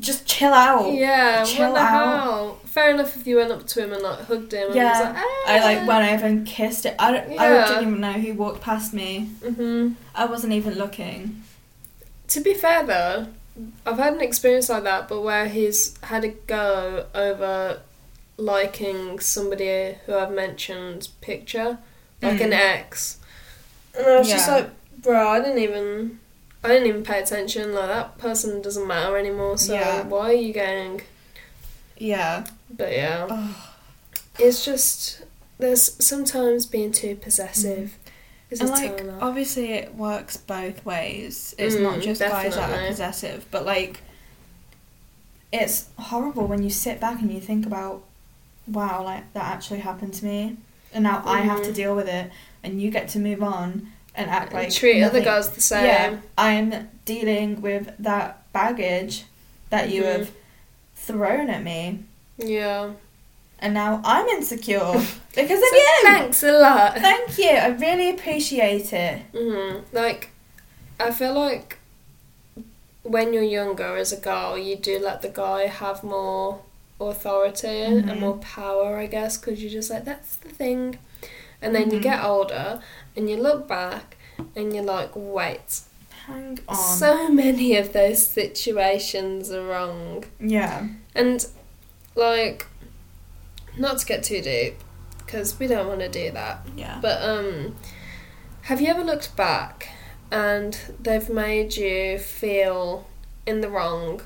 [SPEAKER 2] Just chill out.
[SPEAKER 3] Yeah,
[SPEAKER 2] Oh, Chill
[SPEAKER 3] what the
[SPEAKER 2] out.
[SPEAKER 3] hell? Fair enough if you went up to him and like hugged him
[SPEAKER 2] Yeah.
[SPEAKER 3] and was like, ah.
[SPEAKER 2] I like went over and kissed it. I don't. I
[SPEAKER 3] Yeah.
[SPEAKER 2] didn't even know who walked past me.
[SPEAKER 3] hmm
[SPEAKER 2] I wasn't even looking.
[SPEAKER 3] To be fair though, I've had an experience like that, but where he's had a go over liking somebody who I've mentioned picture, like an
[SPEAKER 2] Mm.
[SPEAKER 3] ex, and I was just
[SPEAKER 2] Yeah.
[SPEAKER 3] like, bro, I didn't even. I didn't even pay attention. Like that person doesn't matter anymore. So
[SPEAKER 2] Yeah.
[SPEAKER 3] why are you going?
[SPEAKER 2] Yeah.
[SPEAKER 3] But yeah,
[SPEAKER 2] Ugh.
[SPEAKER 3] it's just there's sometimes being too possessive. Is a
[SPEAKER 2] Mm. and like oh,
[SPEAKER 3] turn off.
[SPEAKER 2] obviously it works both ways it's
[SPEAKER 3] Mm,
[SPEAKER 2] not just guys that
[SPEAKER 3] definitely.
[SPEAKER 2] are possessive but like it's horrible when you sit back and you think about wow like that actually happened to me and now i have to
[SPEAKER 3] Mhm.
[SPEAKER 2] deal with it and you get to move on and act like
[SPEAKER 3] And treat other
[SPEAKER 2] nothing-
[SPEAKER 3] guys the same.
[SPEAKER 2] yeah i'm dealing with that baggage that you
[SPEAKER 3] Mhm.
[SPEAKER 2] have thrown at me
[SPEAKER 3] Yeah.
[SPEAKER 2] and now i'm insecure because of
[SPEAKER 3] So
[SPEAKER 2] you
[SPEAKER 3] thanks a lot.
[SPEAKER 2] thank you i really appreciate it
[SPEAKER 3] Mhm. Like, I feel like when you're younger as a girl, you do let the guy have more authority
[SPEAKER 2] Mhm.
[SPEAKER 3] and more power, I guess, because you're just like, that's the thing. And then you
[SPEAKER 2] Mhm.
[SPEAKER 3] get older and you look back and you're like, wait,
[SPEAKER 2] hang on
[SPEAKER 3] so many of those situations are wrong.
[SPEAKER 2] Yeah.
[SPEAKER 3] And like, not to get too deep, because we don't want to do that.
[SPEAKER 2] Yeah.
[SPEAKER 3] But um, have you ever looked back and they've made you feel in the wrong,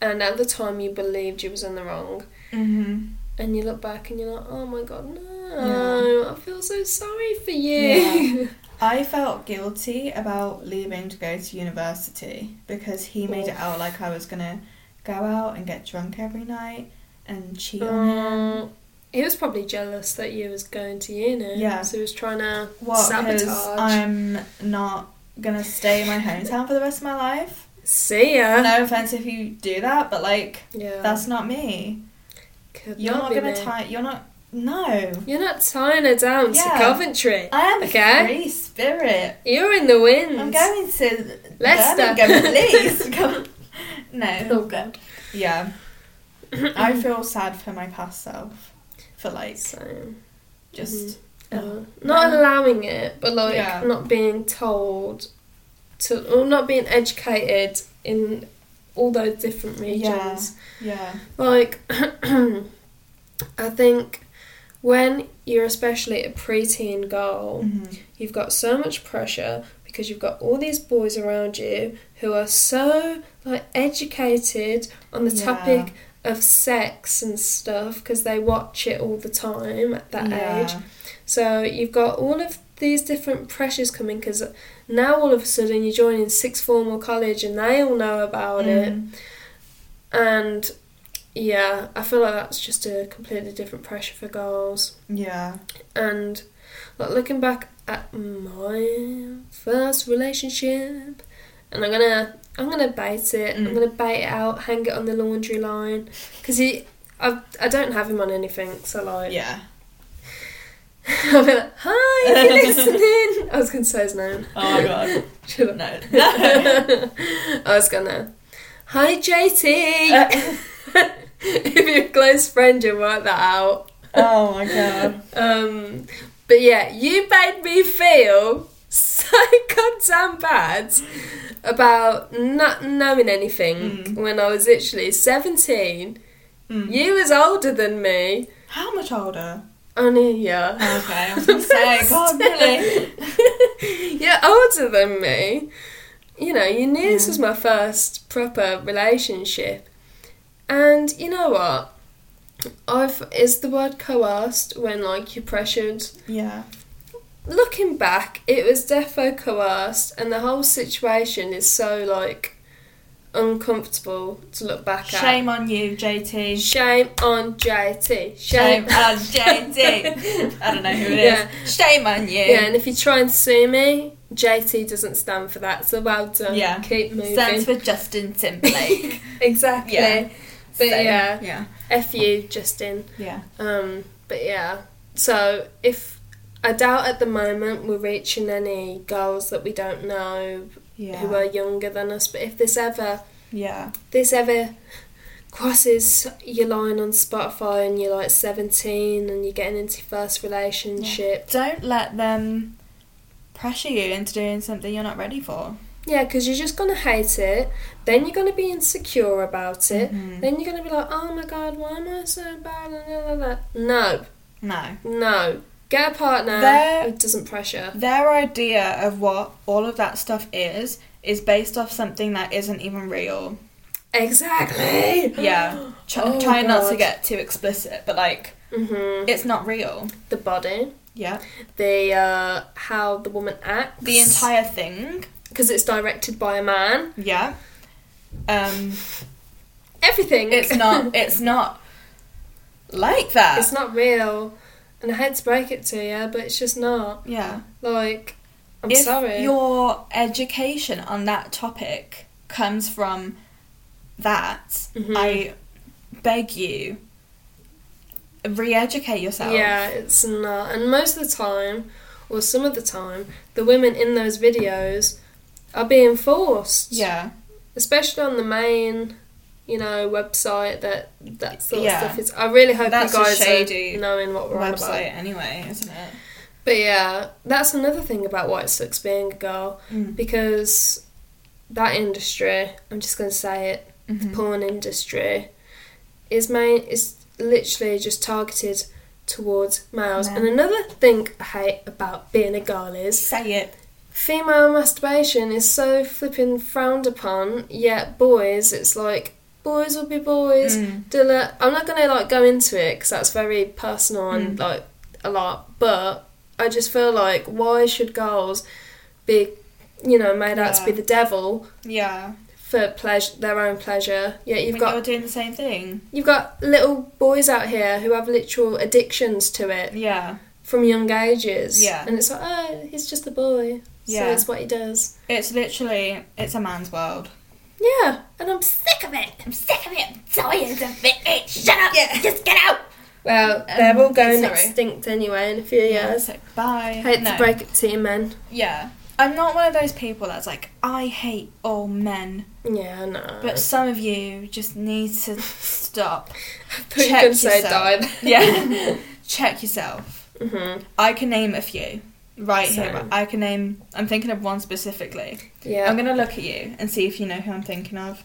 [SPEAKER 3] and at the time you believed you was in the wrong,
[SPEAKER 2] hmm
[SPEAKER 3] and you look back and you're like, oh my god, no, I feel so sorry for you.
[SPEAKER 2] I felt guilty about leaving to go to university because he made it out like I was gonna go out and get drunk every night and cheat on him.
[SPEAKER 3] Um, he was probably jealous that you was going to uni.
[SPEAKER 2] Yeah.
[SPEAKER 3] So he was trying to
[SPEAKER 2] What?
[SPEAKER 3] sabotage.
[SPEAKER 2] Because I'm not gonna stay in my hometown for the rest of my life.
[SPEAKER 3] See ya.
[SPEAKER 2] No offense if you do that, but like
[SPEAKER 3] Yeah.
[SPEAKER 2] that's not me.
[SPEAKER 3] Could
[SPEAKER 2] You're not
[SPEAKER 3] be
[SPEAKER 2] gonna
[SPEAKER 3] me.
[SPEAKER 2] tie. You're not. No.
[SPEAKER 3] You're not tying her down
[SPEAKER 2] Yeah.
[SPEAKER 3] to Coventry.
[SPEAKER 2] I am
[SPEAKER 3] Okay.
[SPEAKER 2] a free spirit.
[SPEAKER 3] You're in the wind.
[SPEAKER 2] I'm going to
[SPEAKER 3] Leicester.
[SPEAKER 2] Birmingham, please. Come. No.
[SPEAKER 3] Oh god.
[SPEAKER 2] Yeah. I feel sad for my past self. For like
[SPEAKER 3] So,
[SPEAKER 2] just
[SPEAKER 3] uh, not allowing it, but like
[SPEAKER 2] Yeah.
[SPEAKER 3] not being told to, or not being educated in all those different regions.
[SPEAKER 2] yeah.
[SPEAKER 3] Like, I think when you're especially a preteen girl,
[SPEAKER 2] Mm-hmm.
[SPEAKER 3] You've got so much pressure because you've got all these boys around you who are so like educated on the
[SPEAKER 2] Yeah.
[SPEAKER 3] topic of sex and stuff because they watch it all the time at that age.
[SPEAKER 2] Mm-hmm.
[SPEAKER 3] So you've got all of these different pressures coming because now all of a sudden you're joining sixth form or college and they all know about it. And yeah, I feel like that's just a completely different pressure for girls
[SPEAKER 2] Yeah.
[SPEAKER 3] and Like looking back at my first relationship, and I'm gonna I'm gonna bait it. I'm
[SPEAKER 2] Mm.
[SPEAKER 3] gonna bait it out, hang it on the laundry line, because he I I don't have him on anything. So like
[SPEAKER 2] Yeah.
[SPEAKER 3] I'll be like, hi, are you listening? I was gonna say his name.
[SPEAKER 2] Oh my god.
[SPEAKER 3] Should I?
[SPEAKER 2] No.
[SPEAKER 3] I was gonna. Hi,
[SPEAKER 2] Uh.
[SPEAKER 3] JT. if you're a close friend, you work that out.
[SPEAKER 2] oh my god.
[SPEAKER 3] Um, but yeah, you made me feel so goddamn bad about not knowing anything
[SPEAKER 2] Mm.
[SPEAKER 3] when I was literally 17.
[SPEAKER 2] Mm.
[SPEAKER 3] You was older than me.
[SPEAKER 2] How much older?
[SPEAKER 3] Only yeah.
[SPEAKER 2] Okay, I was gonna say, God, really?
[SPEAKER 3] You're older than me. You know, you knew this
[SPEAKER 2] Yeah.
[SPEAKER 3] was my first proper relationship. And you know what? I've is the word coerced when like you're pressured.
[SPEAKER 2] Yeah.
[SPEAKER 3] Looking back, it was defo coerced and the whole situation is so like uncomfortable to look back
[SPEAKER 2] Shame on you, JT.
[SPEAKER 3] at. Shame on JT.
[SPEAKER 2] Shame
[SPEAKER 3] Shame,
[SPEAKER 2] on JT. I don't know who it is.
[SPEAKER 3] Yeah.
[SPEAKER 2] Shame on you.
[SPEAKER 3] Yeah, and if you try and sue me, JT doesn't stand for that. So well done.
[SPEAKER 2] Yeah.
[SPEAKER 3] Keep moving.
[SPEAKER 2] Stands for Justin Timberlake.
[SPEAKER 3] exactly.
[SPEAKER 2] Yeah.
[SPEAKER 3] But
[SPEAKER 2] So,
[SPEAKER 3] yeah,
[SPEAKER 2] Yeah.
[SPEAKER 3] F you, Justin.
[SPEAKER 2] Yeah.
[SPEAKER 3] Um, but yeah. So if I doubt at the moment we're reaching any girls that we don't know who
[SPEAKER 2] Yeah.
[SPEAKER 3] are younger than us, but if this ever
[SPEAKER 2] Yeah.
[SPEAKER 3] this ever crosses your line on Spotify and you're like seventeen and you're getting into your first relationship,
[SPEAKER 2] Don't let them pressure you into doing something you're not ready for.
[SPEAKER 3] Yeah, because you're just gonna hate it. Then you're gonna be insecure about it.
[SPEAKER 2] Mhm.
[SPEAKER 3] Then you're gonna be like, "Oh my god, why am I so bad?" And la, la, la. No,
[SPEAKER 2] No.
[SPEAKER 3] no. Get a partner who
[SPEAKER 2] There-
[SPEAKER 3] doesn't pressure.
[SPEAKER 2] Their idea of what all of that stuff is is based off something that isn't even real.
[SPEAKER 3] Exactly.
[SPEAKER 2] Yeah. Try,
[SPEAKER 3] Oh
[SPEAKER 2] try not to
[SPEAKER 3] God.
[SPEAKER 2] get too explicit, but like
[SPEAKER 3] hmm
[SPEAKER 2] it's not real.
[SPEAKER 3] The body,
[SPEAKER 2] Yeah.
[SPEAKER 3] the uh, how the woman acts.
[SPEAKER 2] The entire thing.
[SPEAKER 3] because it's directed by a man.
[SPEAKER 2] Yeah. Um
[SPEAKER 3] Everything.
[SPEAKER 2] it's not it's not like that.
[SPEAKER 3] it's not real. And I hate to break it to you, but it's just not.
[SPEAKER 2] yeah.
[SPEAKER 3] Like, I'm
[SPEAKER 2] if
[SPEAKER 3] sorry.
[SPEAKER 2] your education on that topic comes from that,
[SPEAKER 3] Mhm.
[SPEAKER 2] I beg you, re-educate yourself.
[SPEAKER 3] Yeah, it's not. And most of the time, or some of the time, the women in those videos are being forced.
[SPEAKER 2] Yeah.
[SPEAKER 3] Especially on the main, you know, website that that sort
[SPEAKER 2] Yeah.
[SPEAKER 3] of stuff is. I really hope
[SPEAKER 2] That's a
[SPEAKER 3] you guys
[SPEAKER 2] shady
[SPEAKER 3] are knowing what we're on about.
[SPEAKER 2] Website anyway, isn't it?
[SPEAKER 3] But yeah, that's another thing about White Six being a girl
[SPEAKER 2] Mm.
[SPEAKER 3] because that industry, I'm just going to say it, the porn industry is main is literally just targeted towards males.
[SPEAKER 2] Men.
[SPEAKER 3] And another thing I hate about being a girl is
[SPEAKER 2] Say it.
[SPEAKER 3] female masturbation is so flipping frowned upon. Yet boys, it's like boys will be boys.
[SPEAKER 2] Mm.
[SPEAKER 3] Dilla, I'm not gonna like go into it because that's very personal and
[SPEAKER 2] Mm.
[SPEAKER 3] like a lot. But I just feel like why should girls be, you know, made out to
[SPEAKER 2] Yeah.
[SPEAKER 3] be the devil?
[SPEAKER 2] Yeah.
[SPEAKER 3] For pleasure, their own pleasure. Yet you've
[SPEAKER 2] When
[SPEAKER 3] got
[SPEAKER 2] you're doing the same thing.
[SPEAKER 3] You've got little boys out here who have literal addictions to it
[SPEAKER 2] Yeah.
[SPEAKER 3] from young ages.
[SPEAKER 2] Yeah.
[SPEAKER 3] And it's like, oh, he's just a boy.
[SPEAKER 2] Yeah.
[SPEAKER 3] So it's what he does.
[SPEAKER 2] It's literally, it's a man's world.
[SPEAKER 3] Yeah. And I'm sick of it.
[SPEAKER 4] I'm sick of it. I'm tired of it. Hey, shut up. Just get out.
[SPEAKER 3] Well, they're all going extinct anyway in a few years.
[SPEAKER 2] Um, So, bye.
[SPEAKER 3] Hate
[SPEAKER 2] No.
[SPEAKER 3] to break it to you, men.
[SPEAKER 2] Yeah. I'm not one of those people that's like, I hate all men,
[SPEAKER 3] Yeah, no.
[SPEAKER 2] but some of you just need to stop.
[SPEAKER 3] But you
[SPEAKER 2] check
[SPEAKER 3] can say
[SPEAKER 2] yourself.
[SPEAKER 3] die.
[SPEAKER 2] Yeah. Check yourself.
[SPEAKER 3] hmm
[SPEAKER 2] I can name a few right here.
[SPEAKER 3] Same.
[SPEAKER 2] I can name. I'm thinking of one specifically.
[SPEAKER 3] Yeah.
[SPEAKER 2] I'm gonna look at you and see if you know who I'm thinking of.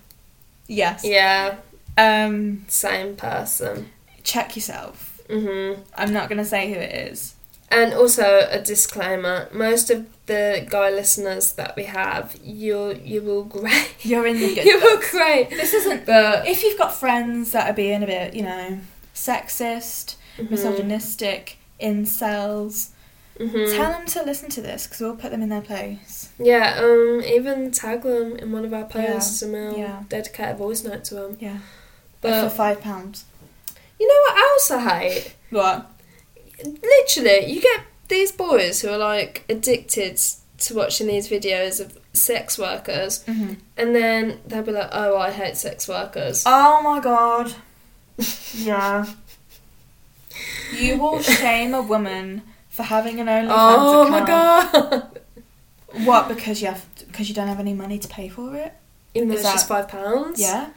[SPEAKER 2] Yes.
[SPEAKER 3] yeah.
[SPEAKER 2] Um.
[SPEAKER 3] Same person.
[SPEAKER 2] Check yourself.
[SPEAKER 3] hmm
[SPEAKER 2] I'm not gonna say who it is.
[SPEAKER 3] And also a disclaimer: most of the guy listeners that we have, you you will great.
[SPEAKER 2] You're in the good.
[SPEAKER 3] you will
[SPEAKER 2] books.
[SPEAKER 3] great.
[SPEAKER 2] This isn't.
[SPEAKER 3] But
[SPEAKER 2] If you've got friends that are being a bit, you know, sexist, misogynistic, incels,
[SPEAKER 3] Mhm.
[SPEAKER 2] tell them to listen to this because we'll put them in their place.
[SPEAKER 3] yeah, um, even tag them in one of our
[SPEAKER 2] Yeah,
[SPEAKER 3] posts and we'll
[SPEAKER 2] yeah.
[SPEAKER 3] dedicate a voice note to them.
[SPEAKER 2] Yeah.
[SPEAKER 3] But-
[SPEAKER 2] for five pounds.
[SPEAKER 3] You know what else I hate?
[SPEAKER 2] What?
[SPEAKER 3] Literally, you get these boys who are like addicted to watching these videos of sex workers,
[SPEAKER 2] Mm-hmm.
[SPEAKER 3] and then they'll be like, "Oh, I hate sex workers."
[SPEAKER 2] Oh my god. Yeah. You will shame a woman for having an OnlyFans
[SPEAKER 3] oh my
[SPEAKER 2] account.
[SPEAKER 3] god!
[SPEAKER 2] What? Because you have because you don't have any money to pay for it.
[SPEAKER 3] Even though
[SPEAKER 2] Is
[SPEAKER 3] it's just five pounds.
[SPEAKER 2] Yeah.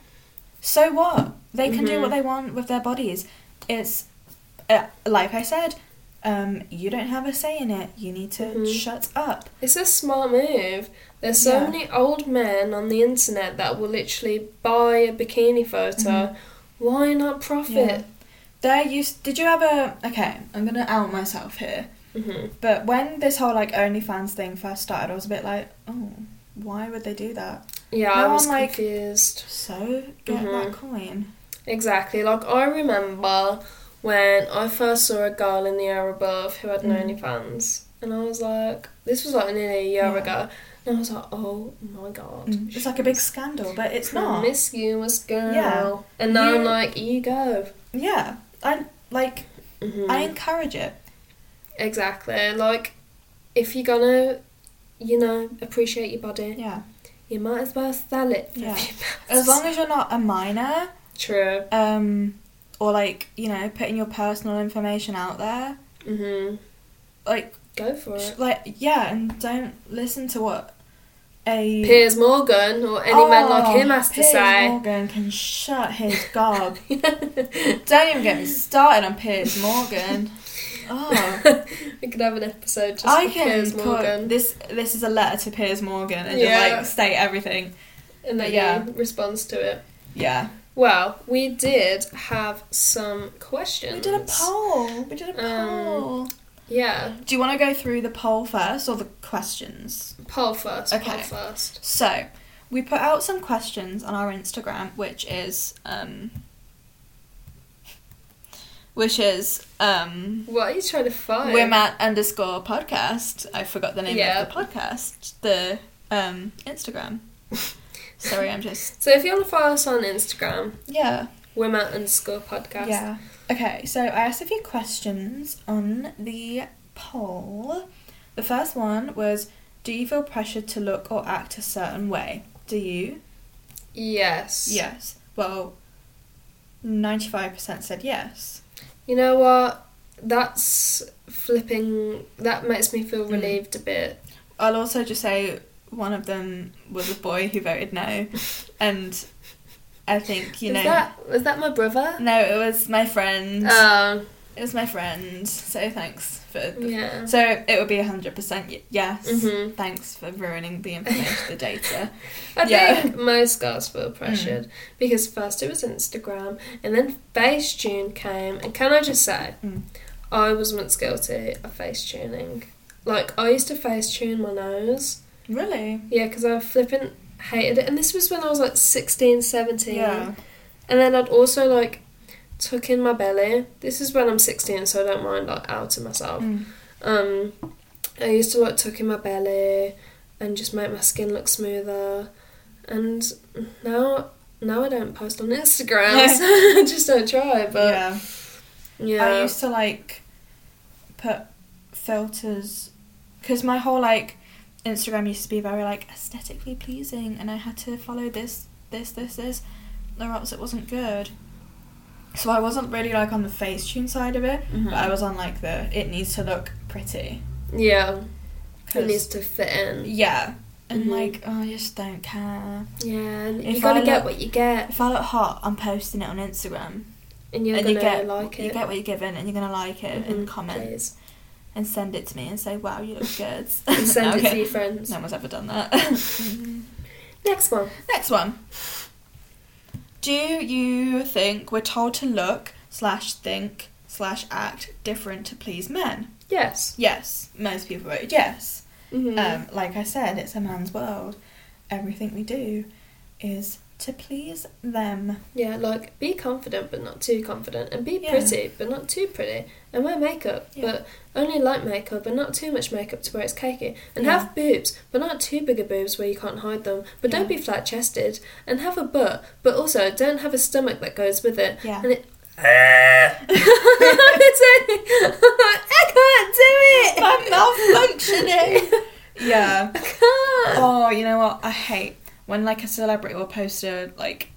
[SPEAKER 2] So what? They can do
[SPEAKER 3] Mhm.
[SPEAKER 2] what they want with their bodies. It's uh, like I said. Um, you don't have a say in it. You need to
[SPEAKER 3] Mhm.
[SPEAKER 2] shut up.
[SPEAKER 3] It's a smart move. There's so
[SPEAKER 2] Yeah.
[SPEAKER 3] many old men on the internet that will literally buy a bikini photo.
[SPEAKER 2] Mm-hmm.
[SPEAKER 3] Why not profit?
[SPEAKER 2] There used. Did you have a? Okay, I'm gonna out myself here.
[SPEAKER 3] hmm
[SPEAKER 2] But when this whole like OnlyFans thing first started, I was a bit like, oh, why would they do that?
[SPEAKER 3] Yeah,
[SPEAKER 2] Now
[SPEAKER 3] I was
[SPEAKER 2] I'm like-
[SPEAKER 3] confused.
[SPEAKER 2] So get that coin.
[SPEAKER 3] Exactly. Like I remember when I first saw a girl in the air above who had no
[SPEAKER 2] Mm.
[SPEAKER 3] OnlyFans, and I was like, this was like nearly a year
[SPEAKER 2] Yeah.
[SPEAKER 3] ago, and I was like, oh my god,
[SPEAKER 2] Mm. It's like a big scandal, but it's not.
[SPEAKER 3] promiscuous girl.
[SPEAKER 2] Yeah.
[SPEAKER 3] And now I'm
[SPEAKER 2] You-
[SPEAKER 3] like, you go.
[SPEAKER 2] Yeah, I like.
[SPEAKER 3] Mhm.
[SPEAKER 2] I encourage it.
[SPEAKER 3] Exactly. Like, if you're gonna, you know, appreciate your body,
[SPEAKER 2] Yeah,
[SPEAKER 3] you might as well sell it. For
[SPEAKER 2] Yeah.
[SPEAKER 3] a few pounds.
[SPEAKER 2] as long as you're not a minor,
[SPEAKER 3] true.
[SPEAKER 2] um, or like you know, putting your personal information out there.
[SPEAKER 3] Mhm.
[SPEAKER 2] Like,
[SPEAKER 3] Go for
[SPEAKER 2] sh-
[SPEAKER 3] it.
[SPEAKER 2] like yeah, and don't listen to what a
[SPEAKER 3] Piers Morgan or any man like him has to
[SPEAKER 2] Oh, Piers
[SPEAKER 3] say.
[SPEAKER 2] Morgan can shut his gob. Don't even get me started on Piers Morgan. Oh,
[SPEAKER 3] we could have an episode just
[SPEAKER 2] I
[SPEAKER 3] for
[SPEAKER 2] can
[SPEAKER 3] Piers
[SPEAKER 2] put
[SPEAKER 3] Morgan
[SPEAKER 2] this. This is a letter to Piers Morgan, and just
[SPEAKER 3] Yeah.
[SPEAKER 2] like state everything.
[SPEAKER 3] and then
[SPEAKER 2] yeah.
[SPEAKER 3] yeah. responds to it.
[SPEAKER 2] Yeah,
[SPEAKER 3] Well, we did have some questions.
[SPEAKER 2] we did a poll. We did a
[SPEAKER 3] Um,
[SPEAKER 2] poll.
[SPEAKER 3] Yeah,
[SPEAKER 2] Do you want to go through the poll first or the questions?
[SPEAKER 3] poll first. Poll
[SPEAKER 2] Okay.
[SPEAKER 3] first.
[SPEAKER 2] So, we put out some questions on our Instagram, which is um, which is um,
[SPEAKER 3] What are you trying to find?
[SPEAKER 2] We're Matt underscore podcast. I forgot the name
[SPEAKER 3] Yeah.
[SPEAKER 2] of the podcast. The um Instagram. Sorry, I'm just
[SPEAKER 3] So if you want to follow us on Instagram,
[SPEAKER 2] yeah
[SPEAKER 3] women underscore podcast.
[SPEAKER 2] yeah. Okay, so I asked a few questions on the poll. The first one was, do you feel pressured to look or act a certain way? Do you?
[SPEAKER 3] Yes.
[SPEAKER 2] Yes. Well, ninety-five percent said yes.
[SPEAKER 3] You know what? That's flipping. That makes me
[SPEAKER 2] Mm.
[SPEAKER 3] feel relieved a bit.
[SPEAKER 2] I'll also just say one of them was a boy who voted no, and I think you
[SPEAKER 3] is
[SPEAKER 2] know.
[SPEAKER 3] that was that my brother?
[SPEAKER 2] No, it was my friend.
[SPEAKER 3] Um.
[SPEAKER 2] it was my friend. So thanks for. The-
[SPEAKER 3] Yeah.
[SPEAKER 2] So it would be hundred percent yes.
[SPEAKER 3] Mhm.
[SPEAKER 2] Thanks for ruining the information, the data.
[SPEAKER 3] I
[SPEAKER 2] Yeah. Mm.
[SPEAKER 3] think most girls feel pressured because first it was Instagram and then Facetune came. And can I just say,
[SPEAKER 2] Mm.
[SPEAKER 3] I was once guilty of face tuning. Like, I used to face tune my nose.
[SPEAKER 2] Really?
[SPEAKER 3] Yeah, because I flipping hated it. And this was when I was like 16, 17.
[SPEAKER 2] Yeah.
[SPEAKER 3] And then I'd also like tuck in my belly. This is when I'm 16, so I don't mind like outing myself.
[SPEAKER 2] Mm.
[SPEAKER 3] Um, I used to like tuck in my belly and just make my skin look smoother. And now, now I don't post on Instagram. so I just don't try. But
[SPEAKER 2] yeah.
[SPEAKER 3] yeah,
[SPEAKER 2] I used to like put filters because my whole like Instagram used to be very like aesthetically pleasing, and I had to follow this, this, this, this, or else it wasn't good. So I wasn't really like on the Facetune side of it,
[SPEAKER 3] Mhm.
[SPEAKER 2] but I was on like the it needs to look pretty.
[SPEAKER 3] yeah,
[SPEAKER 2] 'Cause-
[SPEAKER 3] it needs to fit in.
[SPEAKER 2] yeah, and
[SPEAKER 3] Mhm.
[SPEAKER 2] like oh, I just don't care.
[SPEAKER 3] Yeah, and
[SPEAKER 2] If
[SPEAKER 3] you gotta
[SPEAKER 2] I
[SPEAKER 3] get
[SPEAKER 2] look-
[SPEAKER 3] what you get,
[SPEAKER 2] If I look hot, I'm posting it on Instagram,
[SPEAKER 3] and you're
[SPEAKER 2] and
[SPEAKER 3] gonna
[SPEAKER 2] you get
[SPEAKER 3] like it.
[SPEAKER 2] you get what you're given, and you're gonna like it
[SPEAKER 3] Mhm,
[SPEAKER 2] and comment.
[SPEAKER 3] please.
[SPEAKER 2] and send it to me and say, "Wow, you look good."
[SPEAKER 3] And send it to
[SPEAKER 2] Okay.
[SPEAKER 3] your friends.
[SPEAKER 2] No one's ever done that.
[SPEAKER 3] Next one.
[SPEAKER 2] Next one. Do you think we're told to look slash think slash act different to please men?
[SPEAKER 3] Yes.
[SPEAKER 2] Yes, most people vote yes.
[SPEAKER 3] Mm-hmm.
[SPEAKER 2] Um, like I said, it's a man's world. Everything we do is to please them.
[SPEAKER 3] yeah, like be confident but not too confident, and be
[SPEAKER 2] Yeah.
[SPEAKER 3] pretty but not too pretty, and wear makeup
[SPEAKER 2] Yeah.
[SPEAKER 3] but only light makeup and not too much makeup to where it's cakey, and
[SPEAKER 2] Yeah.
[SPEAKER 3] have boobs but not too big a boobs where you can't hide them, but don't be
[SPEAKER 2] Yeah.
[SPEAKER 3] flat chested, and have a butt but also don't have a stomach that goes with it,
[SPEAKER 2] Yeah.
[SPEAKER 3] and it. it's like, I can't do it.
[SPEAKER 2] mentioning. yeah.
[SPEAKER 3] I can't.
[SPEAKER 2] Oh, you know what? I hate when like a celebrity or poster like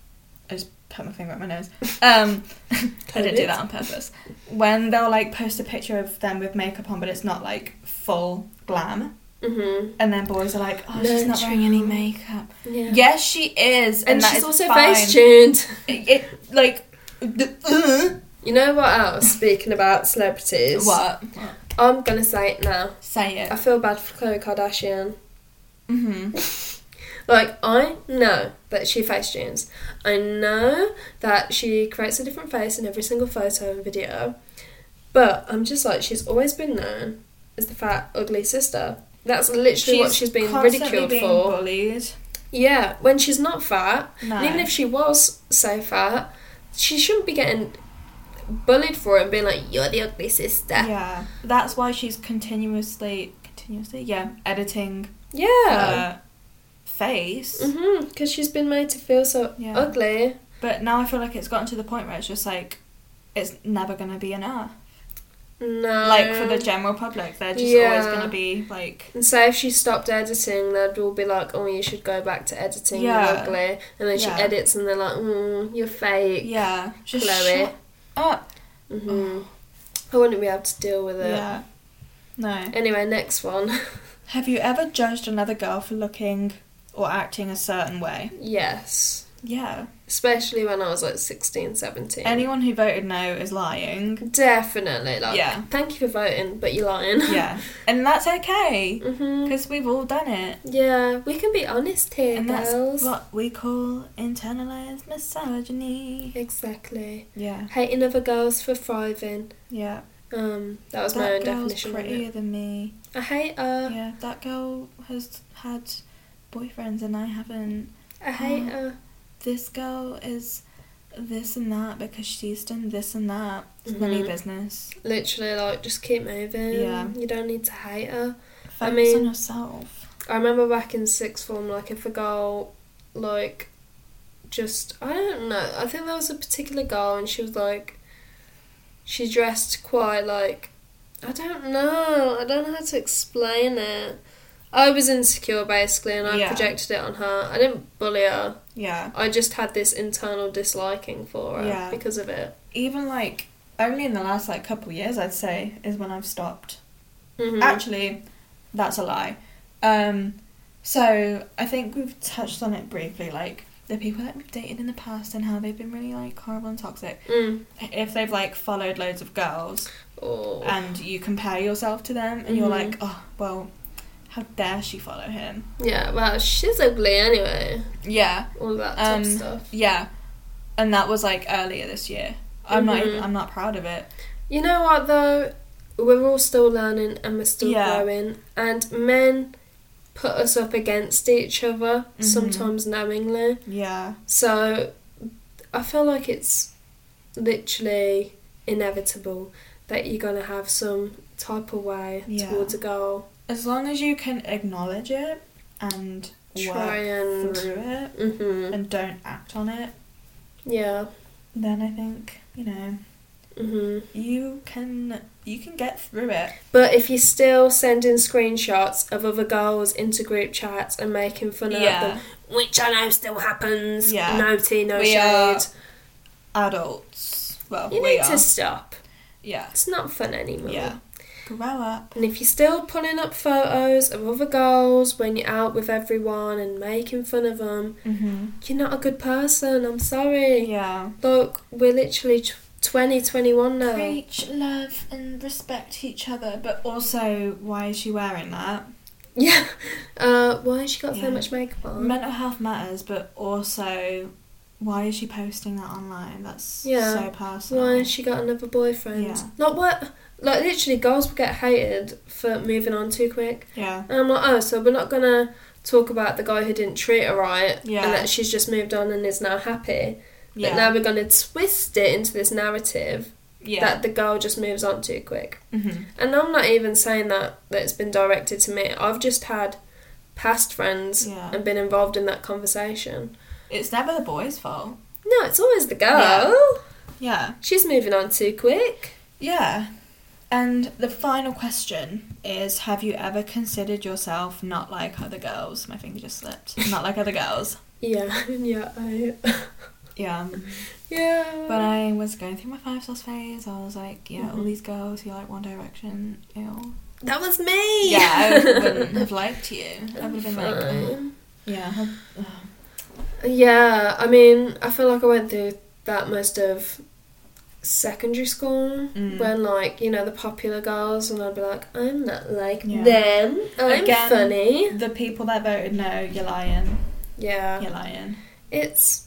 [SPEAKER 2] I just put my finger up my nose. Um, I didn't do
[SPEAKER 3] Covid.
[SPEAKER 2] that on purpose. When they'll like post a picture of them with makeup on, but it's not like full glam,
[SPEAKER 3] Mm-hmm.
[SPEAKER 2] and then boys are like, "Oh, she's not
[SPEAKER 3] Natural.
[SPEAKER 2] wearing any makeup."
[SPEAKER 3] Yeah.
[SPEAKER 2] Yes, she is, and,
[SPEAKER 3] and
[SPEAKER 2] that
[SPEAKER 3] she's
[SPEAKER 2] is
[SPEAKER 3] also
[SPEAKER 2] fine.
[SPEAKER 3] face tuned.
[SPEAKER 2] It, it- like. the- uh,
[SPEAKER 3] You know what else? Speaking about celebrities,
[SPEAKER 2] what?
[SPEAKER 3] I'm gonna say it now.
[SPEAKER 2] Say
[SPEAKER 3] I
[SPEAKER 2] it.
[SPEAKER 3] feel bad for Khloe Kardashian.
[SPEAKER 2] hmm
[SPEAKER 3] Like I know that she face tunes. I know that she creates a different face in every single photo and video. But I'm just like she's always been known as the fat ugly sister. That's literally what she's been
[SPEAKER 2] constantly
[SPEAKER 3] ridiculed
[SPEAKER 2] being
[SPEAKER 3] for.
[SPEAKER 2] Bullied.
[SPEAKER 3] Yeah, when she's not fat,
[SPEAKER 2] No.
[SPEAKER 3] and even if she was so fat, she shouldn't be getting bullied for it and being like, "You're the ugly sister."
[SPEAKER 2] Yeah, that's why she's continuously, continuously, yeah, editing
[SPEAKER 3] Yeah.
[SPEAKER 2] her face.
[SPEAKER 3] Mhm. Because she's been made to feel so
[SPEAKER 2] Yeah.
[SPEAKER 3] ugly.
[SPEAKER 2] But now I feel like it's gotten to the point where it's just like, it's never gonna be enough.
[SPEAKER 3] No.
[SPEAKER 2] like for the general public, they're just always
[SPEAKER 3] Um, yeah.
[SPEAKER 2] gonna be like,
[SPEAKER 3] And so if she stopped editing, they'd all be like, "Oh, you should go back to editing.
[SPEAKER 2] Yeah.
[SPEAKER 3] You're ugly." And then
[SPEAKER 2] Yeah.
[SPEAKER 3] she edits, and they're like, mm, "You're fake,
[SPEAKER 2] yeah, just
[SPEAKER 3] Chloe."
[SPEAKER 2] shut up.
[SPEAKER 3] hmm I wouldn't be able to deal with it.
[SPEAKER 2] Yeah. No.
[SPEAKER 3] Anyway, next one.
[SPEAKER 2] Have you ever judged another girl for looking or acting a certain way?
[SPEAKER 3] yes.
[SPEAKER 2] Yeah.
[SPEAKER 3] Especially when I was like 16, 17.
[SPEAKER 2] Anyone who voted no is lying.
[SPEAKER 3] Definitely. Like,
[SPEAKER 2] Yeah.
[SPEAKER 3] thank you for voting, but you're lying.
[SPEAKER 2] yeah. And that's okay,
[SPEAKER 3] hmm
[SPEAKER 2] because we've all done it.
[SPEAKER 3] Yeah, we can be honest here,
[SPEAKER 2] And
[SPEAKER 3] girls.
[SPEAKER 2] that's what we call internalized misogyny.
[SPEAKER 3] Exactly.
[SPEAKER 2] Yeah,
[SPEAKER 3] Hating other girls for thriving.
[SPEAKER 2] yeah.
[SPEAKER 3] Um, that was my
[SPEAKER 2] that
[SPEAKER 3] own
[SPEAKER 2] girl's
[SPEAKER 3] definition. wasn't
[SPEAKER 2] prettier
[SPEAKER 3] it?
[SPEAKER 2] than me.
[SPEAKER 3] I hate her.
[SPEAKER 2] Yeah, that girl has had boyfriends and I haven't.
[SPEAKER 3] I hate her.
[SPEAKER 2] This girl is this and that because she's done this and that. It's none of your
[SPEAKER 3] Mhm.
[SPEAKER 2] business.
[SPEAKER 3] Literally, like, just keep moving.
[SPEAKER 2] Yeah.
[SPEAKER 3] You don't need to hate her.
[SPEAKER 2] Focus
[SPEAKER 3] I mean-
[SPEAKER 2] on yourself.
[SPEAKER 3] I remember back in sixth form, like if a girl, like, just I don't know. I think there was a particular girl, and she was like, she dressed quite like, I don't know. I don't know how to explain it. I was insecure basically, and I
[SPEAKER 2] Yeah.
[SPEAKER 3] projected it on her. I didn't bully her.
[SPEAKER 2] Yeah.
[SPEAKER 3] I just had this internal disliking for her
[SPEAKER 2] Yeah. Uh,
[SPEAKER 3] because of it.
[SPEAKER 2] Even like, only in the last like couple years, I'd say, is when I've stopped Mm.
[SPEAKER 3] Mhm.
[SPEAKER 2] Actually, that's a lie. Um, so I think we've touched on it briefly, like the people that we've dated in the past and how they've been really like horrible and toxic.
[SPEAKER 3] Mm.
[SPEAKER 2] If they've like followed loads of girls
[SPEAKER 3] Oh.
[SPEAKER 2] and you compare yourself to them and you're
[SPEAKER 3] Mhm.
[SPEAKER 2] like, oh well, how dare she follow him?
[SPEAKER 3] yeah. Well, she's ugly anyway.
[SPEAKER 2] Yeah,
[SPEAKER 3] All that top
[SPEAKER 2] Um,
[SPEAKER 3] stuff.
[SPEAKER 2] yeah, and that was like earlier this year. I'm not
[SPEAKER 3] Mhm.
[SPEAKER 2] even. I'm not proud of it.
[SPEAKER 3] You know what though? We're all still learning and we're still
[SPEAKER 2] Yeah.
[SPEAKER 3] growing, and men put us up against each other
[SPEAKER 2] Mhm.
[SPEAKER 3] sometimes knowingly.
[SPEAKER 2] Yeah,
[SPEAKER 3] So I feel like it's literally inevitable that you're gonna have some type of way
[SPEAKER 2] Yeah.
[SPEAKER 3] towards a goal.
[SPEAKER 2] as long as you can acknowledge it and
[SPEAKER 3] Try
[SPEAKER 2] work
[SPEAKER 3] and
[SPEAKER 2] through it
[SPEAKER 3] hmm
[SPEAKER 2] and don't act on it,
[SPEAKER 3] yeah,
[SPEAKER 2] then I think you know
[SPEAKER 3] hmm
[SPEAKER 2] you can you can get through it.
[SPEAKER 3] But if you're still sending screenshots of other girls into group chats and making fun
[SPEAKER 2] Yeah.
[SPEAKER 3] of them, which I know still happens,
[SPEAKER 2] Yeah.
[SPEAKER 3] no tea, no
[SPEAKER 2] We
[SPEAKER 3] shade.
[SPEAKER 2] are- Adults, well,
[SPEAKER 3] You
[SPEAKER 2] we
[SPEAKER 3] need
[SPEAKER 2] are.
[SPEAKER 3] to stop.
[SPEAKER 2] yeah,
[SPEAKER 3] It's not fun anymore.
[SPEAKER 2] yeah. Grow up.
[SPEAKER 3] And if you're still pulling up photos of other girls when you're out with everyone and making fun of them,
[SPEAKER 2] Mm-hmm.
[SPEAKER 3] you're not a good person. I'm sorry.
[SPEAKER 2] Yeah.
[SPEAKER 3] Look, we're literally t- 20, 21 now.
[SPEAKER 2] Preach love and respect each other, but also, why is she wearing that?
[SPEAKER 3] Yeah. Uh, why has she got
[SPEAKER 2] Yeah.
[SPEAKER 3] so much makeup on?
[SPEAKER 2] Mental health matters, but also, why is she posting that online? That's
[SPEAKER 3] Yeah.
[SPEAKER 2] so
[SPEAKER 3] why
[SPEAKER 2] personal.
[SPEAKER 3] has she got another boyfriend?
[SPEAKER 2] Yeah.
[SPEAKER 3] Like what? Like literally, girls will get hated for moving on too quick.
[SPEAKER 2] yeah.
[SPEAKER 3] And I'm like, oh, so we're not gonna talk about the guy who didn't treat her right,
[SPEAKER 2] Yeah.
[SPEAKER 3] and that she's just moved on and is now happy.
[SPEAKER 2] Yeah.
[SPEAKER 3] But now we're going to twist it into this narrative
[SPEAKER 2] yeah.
[SPEAKER 3] that the girl just moves on too quick.
[SPEAKER 2] mm-hmm.
[SPEAKER 3] And I'm not even saying that that it's been directed to me. I've just had past friends
[SPEAKER 2] Yeah.
[SPEAKER 3] and been involved in that conversation.
[SPEAKER 2] It's never the boy's fault.
[SPEAKER 3] No, it's always the girl.
[SPEAKER 2] Yeah.
[SPEAKER 3] She's moving on too quick.
[SPEAKER 2] Yeah. And the final question is Have you ever considered yourself not like other girls? My finger just slipped. Not like other girls.
[SPEAKER 3] Yeah, yeah, I,
[SPEAKER 2] Yeah.
[SPEAKER 3] yeah.
[SPEAKER 2] When I was going through my five stars phase, I was like, yeah, all
[SPEAKER 3] Mhm.
[SPEAKER 2] these girls who like One Direction, ew.
[SPEAKER 3] that was me.
[SPEAKER 2] Yeah, I wouldn't have liked you. I would have been like, "Oh." "Ugh."
[SPEAKER 3] Fine.
[SPEAKER 2] yeah. how- ugh.
[SPEAKER 3] Yeah, I mean, I feel like I went through that most of secondary school
[SPEAKER 2] Mm.
[SPEAKER 3] when, like, you know, the popular girls, and I'd be like, I'm not like
[SPEAKER 2] Yeah.
[SPEAKER 3] them. I'm
[SPEAKER 2] Again.
[SPEAKER 3] funny.
[SPEAKER 2] The people that voted no, you're lying.
[SPEAKER 3] Yeah.
[SPEAKER 2] You're lying.
[SPEAKER 3] it's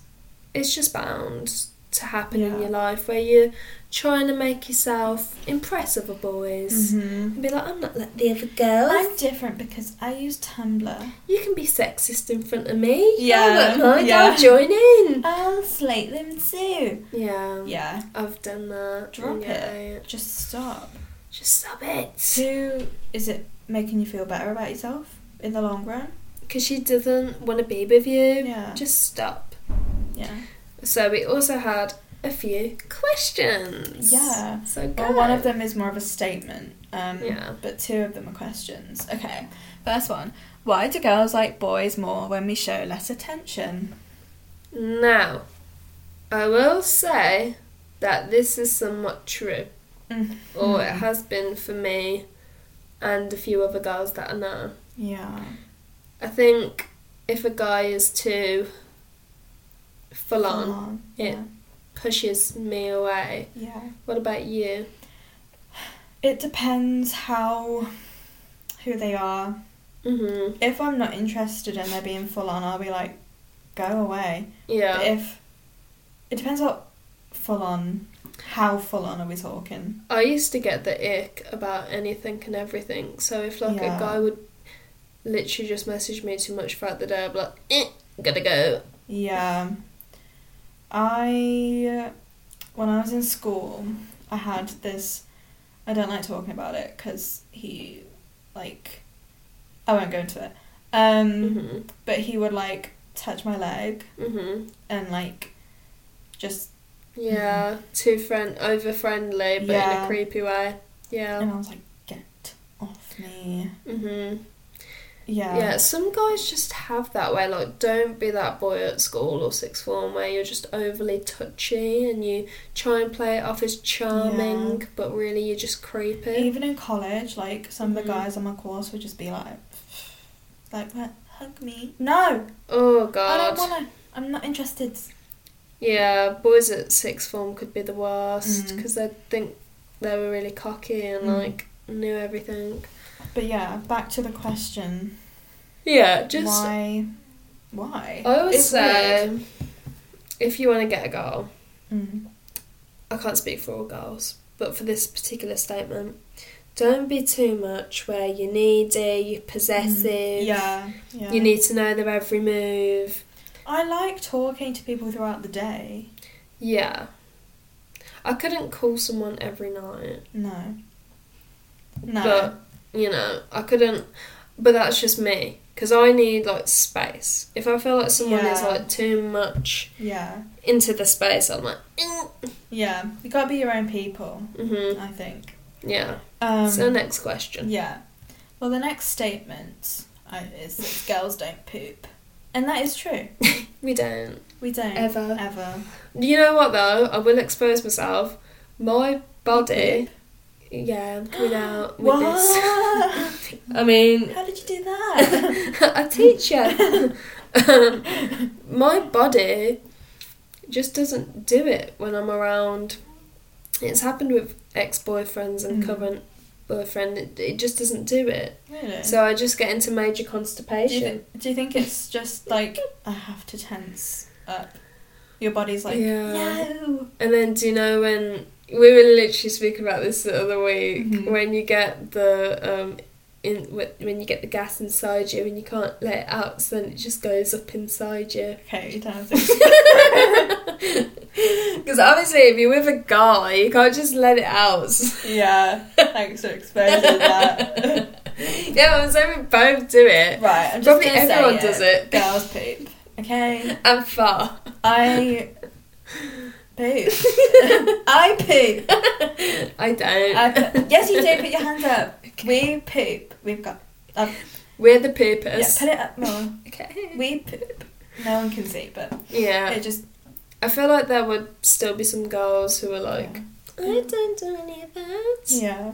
[SPEAKER 3] it's just bound to happen
[SPEAKER 2] Yeah.
[SPEAKER 3] in your life where you're trying to make yourself impressive with boys.
[SPEAKER 2] Mm-hmm.
[SPEAKER 3] And be like, I'm not like the other girls.
[SPEAKER 2] I'm different because I use Tumblr.
[SPEAKER 3] You can be sexist in front of me.
[SPEAKER 2] Yeah,
[SPEAKER 3] I won't mind.
[SPEAKER 2] yeah.
[SPEAKER 3] I'll join in.
[SPEAKER 2] I'll slate them too.
[SPEAKER 3] Yeah.
[SPEAKER 2] Yeah,
[SPEAKER 3] I've done that.
[SPEAKER 2] Drop
[SPEAKER 3] yeah,
[SPEAKER 2] just stop.
[SPEAKER 3] Just stop it.
[SPEAKER 2] Who is it making you feel better about yourself in the long run?
[SPEAKER 3] Because she doesn't want to be with you.
[SPEAKER 2] Yeah.
[SPEAKER 3] Just stop.
[SPEAKER 2] Yeah.
[SPEAKER 3] So we also had a few questions.
[SPEAKER 2] Yeah.
[SPEAKER 3] So go.
[SPEAKER 2] Well, one of them is more of a statement. Um,
[SPEAKER 3] Yeah.
[SPEAKER 2] But two of them are questions. Okay. First one. Why do girls like boys more when we show less attention?
[SPEAKER 3] Now, I will say that this is somewhat true,
[SPEAKER 2] Mm.
[SPEAKER 3] or it has been for me and a few other girls that I know.
[SPEAKER 2] Yeah.
[SPEAKER 3] I think if a guy is too full on,
[SPEAKER 2] Oh.
[SPEAKER 3] It
[SPEAKER 2] Yeah.
[SPEAKER 3] pushes me away.
[SPEAKER 2] Yeah.
[SPEAKER 3] What about you?
[SPEAKER 2] It depends how who they are.
[SPEAKER 3] Mm-hmm.
[SPEAKER 2] If I'm not interested and they're being full on, I'll be like, go away. But
[SPEAKER 3] Yeah.
[SPEAKER 2] if it depends what full on, how full on are we talking?
[SPEAKER 3] I used to get the ick about anything and everything. So if like
[SPEAKER 2] Yeah.
[SPEAKER 3] a guy would literally just message me too much throughout the day, I'd be like, eh, gotta go.
[SPEAKER 2] Yeah. I, when I was in school, I had this. I don't like talking about it because he, like, I won't go into it. Um,
[SPEAKER 3] Mhm.
[SPEAKER 2] But he would, like, touch my leg
[SPEAKER 3] Mhm.
[SPEAKER 2] and, like, just.
[SPEAKER 3] Yeah, too friend over friendly, but in
[SPEAKER 2] Mm-hmm. Yeah.
[SPEAKER 3] a creepy way. Yeah.
[SPEAKER 2] And I was like, get off me.
[SPEAKER 3] Mhm.
[SPEAKER 2] Yeah.
[SPEAKER 3] Yeah. Some guys just have that way. Like, don't be that boy at school or sixth form where you're just overly touchy and you try and play it off as charming, but really you're just creepy.
[SPEAKER 2] Even in college, like, some of
[SPEAKER 3] Mhm.
[SPEAKER 2] the guys on my course would just be like, like, "Well, hug me. No!
[SPEAKER 3] Oh
[SPEAKER 2] I don't
[SPEAKER 3] God.
[SPEAKER 2] want to. I'm not interested.
[SPEAKER 3] Yeah, boys at sixth form could be the worst
[SPEAKER 2] Mm.
[SPEAKER 3] because they think they were really cocky and
[SPEAKER 2] Mm.
[SPEAKER 3] like knew everything.
[SPEAKER 2] But yeah, back to the question.
[SPEAKER 3] Yeah, just Oh.
[SPEAKER 2] why? Why?
[SPEAKER 3] I would
[SPEAKER 2] It's
[SPEAKER 3] say
[SPEAKER 2] weird.
[SPEAKER 3] if you want to get a girl,
[SPEAKER 2] Mm.
[SPEAKER 3] I can't speak for all girls, but for this particular statement, don't be too much where you're needy, you're possessive,
[SPEAKER 2] Mm, Yeah, yeah.
[SPEAKER 3] you need to know their every move.
[SPEAKER 2] I like talking to people throughout the day.
[SPEAKER 3] Yeah. I couldn't call someone every night,
[SPEAKER 2] No. No.
[SPEAKER 3] but you know, I couldn't, but that's just me. Because I need like space. If I feel like someone is
[SPEAKER 2] Yeah.
[SPEAKER 3] like too much
[SPEAKER 2] yeah.
[SPEAKER 3] into the space, I'm like, "Mm,
[SPEAKER 2] Yeah. You gotta be your own people.
[SPEAKER 3] mm-hmm,
[SPEAKER 2] I think.
[SPEAKER 3] yeah.
[SPEAKER 2] Um,
[SPEAKER 3] so next question.
[SPEAKER 2] yeah. Well, the next statement uh, is that girls don't poop, and that is true.
[SPEAKER 3] We don't
[SPEAKER 2] We don't
[SPEAKER 3] ever
[SPEAKER 2] ever.
[SPEAKER 3] You know what though? I will expose myself. My body, yeah, I'm coming out with this.
[SPEAKER 2] What?
[SPEAKER 3] I mean,
[SPEAKER 2] How did you do that?
[SPEAKER 3] a teacher. um, my body just doesn't do it when I'm around. It's happened with ex-boyfriends and
[SPEAKER 2] Mm.
[SPEAKER 3] current boyfriend. It, it just doesn't do it.
[SPEAKER 2] Really?
[SPEAKER 3] So I just get into major
[SPEAKER 2] Do you,
[SPEAKER 3] constipation.
[SPEAKER 2] th- do you think it's just like I have to tense up? Your body's like
[SPEAKER 3] Yeah.
[SPEAKER 2] no.
[SPEAKER 3] And then do you know when we were literally speaking about this the other week
[SPEAKER 2] Mhm.
[SPEAKER 3] when you get the um in wh- when you get the gas inside you and you can't let it out, so then it just goes up inside you.
[SPEAKER 2] Okay, you don't have to.
[SPEAKER 3] Because obviously, if you're with a guy, you can't just let it out.
[SPEAKER 2] yeah, thanks for exposing that.
[SPEAKER 3] yeah, I'm saying we both do it.
[SPEAKER 2] right, I'm just
[SPEAKER 3] Probably
[SPEAKER 2] gonna say
[SPEAKER 3] everyone does it.
[SPEAKER 2] Girls poop. Okay,
[SPEAKER 3] And far.
[SPEAKER 2] I. Who? I poop.
[SPEAKER 3] I don't.
[SPEAKER 2] I poop. Yes, you do. Put your hand up. We poop. We've got.
[SPEAKER 3] We're the
[SPEAKER 2] Yeah,
[SPEAKER 3] purpose.
[SPEAKER 2] put it up more.
[SPEAKER 3] okay.
[SPEAKER 2] We poop. No one can see, but
[SPEAKER 3] yeah.
[SPEAKER 2] it just.
[SPEAKER 3] I feel like there would still be some girls who are like, I don't do any of that.
[SPEAKER 2] Yeah.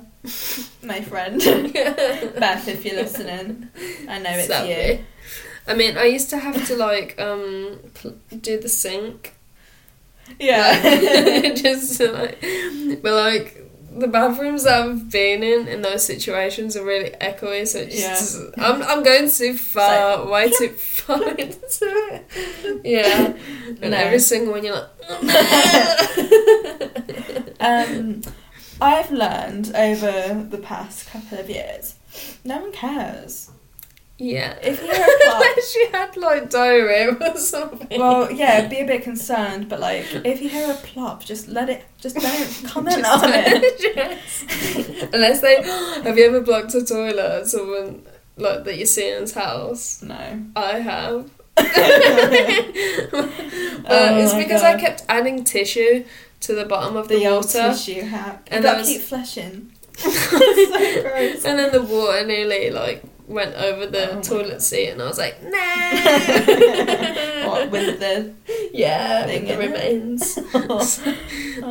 [SPEAKER 2] My friend. Beth, if you're listening, I know it's you.
[SPEAKER 3] Sadly. I mean, I used to have to like um pl- do the sink.
[SPEAKER 2] Yeah.
[SPEAKER 3] Just to, like, but like the bathrooms that I've been in in those situations are really echoey. So it just, I'm I'm going too far, way too far into it. Yeah, and
[SPEAKER 2] No.
[SPEAKER 3] every single one you're like,
[SPEAKER 2] um, I've learned over the past couple of years, no one cares.
[SPEAKER 3] yeah.
[SPEAKER 2] If you're a clerk,
[SPEAKER 3] she had like diarrhea or something.
[SPEAKER 2] well, yeah, be a bit concerned, but like, if you hear a plop, just let it, just don't comment
[SPEAKER 3] Just-
[SPEAKER 2] on it.
[SPEAKER 3] Yes. Unless they have you ever blocked a toilet at someone like that you see in his house?
[SPEAKER 2] No.
[SPEAKER 3] I have. but
[SPEAKER 2] Oh
[SPEAKER 3] it's
[SPEAKER 2] my
[SPEAKER 3] because
[SPEAKER 2] God.
[SPEAKER 3] I kept adding tissue to the bottom of the,
[SPEAKER 2] The old
[SPEAKER 3] water.
[SPEAKER 2] tissue hack.
[SPEAKER 3] And
[SPEAKER 2] And
[SPEAKER 3] that
[SPEAKER 2] that
[SPEAKER 3] was-
[SPEAKER 2] keep fleshing. so gross.
[SPEAKER 3] And then the water nearly like went over
[SPEAKER 2] Oh
[SPEAKER 3] the
[SPEAKER 2] my
[SPEAKER 3] toilet seat and I was like,
[SPEAKER 2] What
[SPEAKER 3] nah
[SPEAKER 2] with the?
[SPEAKER 3] Yeah,
[SPEAKER 2] Thing
[SPEAKER 3] with the
[SPEAKER 2] in it.
[SPEAKER 3] remains.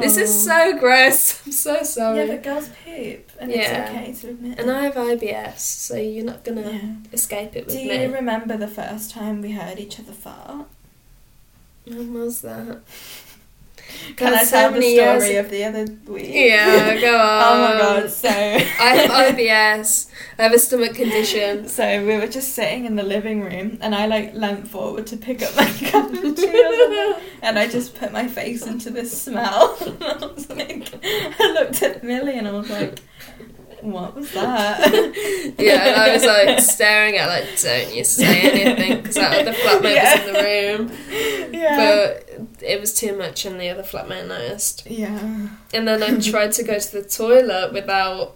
[SPEAKER 3] This
[SPEAKER 2] Oh.
[SPEAKER 3] is so gross. I'm so sorry.
[SPEAKER 2] Yeah, but girls poop, and
[SPEAKER 3] Yeah.
[SPEAKER 2] it's okay to admit.
[SPEAKER 3] and I
[SPEAKER 2] it.
[SPEAKER 3] have IBS, so you're not gonna
[SPEAKER 2] Yeah.
[SPEAKER 3] escape it with
[SPEAKER 2] Do
[SPEAKER 3] me.
[SPEAKER 2] you remember the first time we heard each other fart?
[SPEAKER 3] when was that?
[SPEAKER 2] Can
[SPEAKER 3] God,
[SPEAKER 2] I
[SPEAKER 3] so
[SPEAKER 2] tell the
[SPEAKER 3] many
[SPEAKER 2] story
[SPEAKER 3] years-
[SPEAKER 2] of the other week?
[SPEAKER 3] Yeah, go on.
[SPEAKER 2] oh my god, so
[SPEAKER 3] I have IBS. I have a stomach condition.
[SPEAKER 2] So we were just sitting in the living room, and I like leant forward to pick up my cappuccino, and I just put my face into this smell. And I was like, I looked at Millie, and I was like, "What was that?"
[SPEAKER 3] Yeah, and I was like staring at like, don't you say anything because that other flatmate
[SPEAKER 2] Yeah.
[SPEAKER 3] was in the room,
[SPEAKER 2] Yeah.
[SPEAKER 3] but it was too much, and the other flatmate noticed.
[SPEAKER 2] yeah.
[SPEAKER 3] And then I tried to go to the toilet without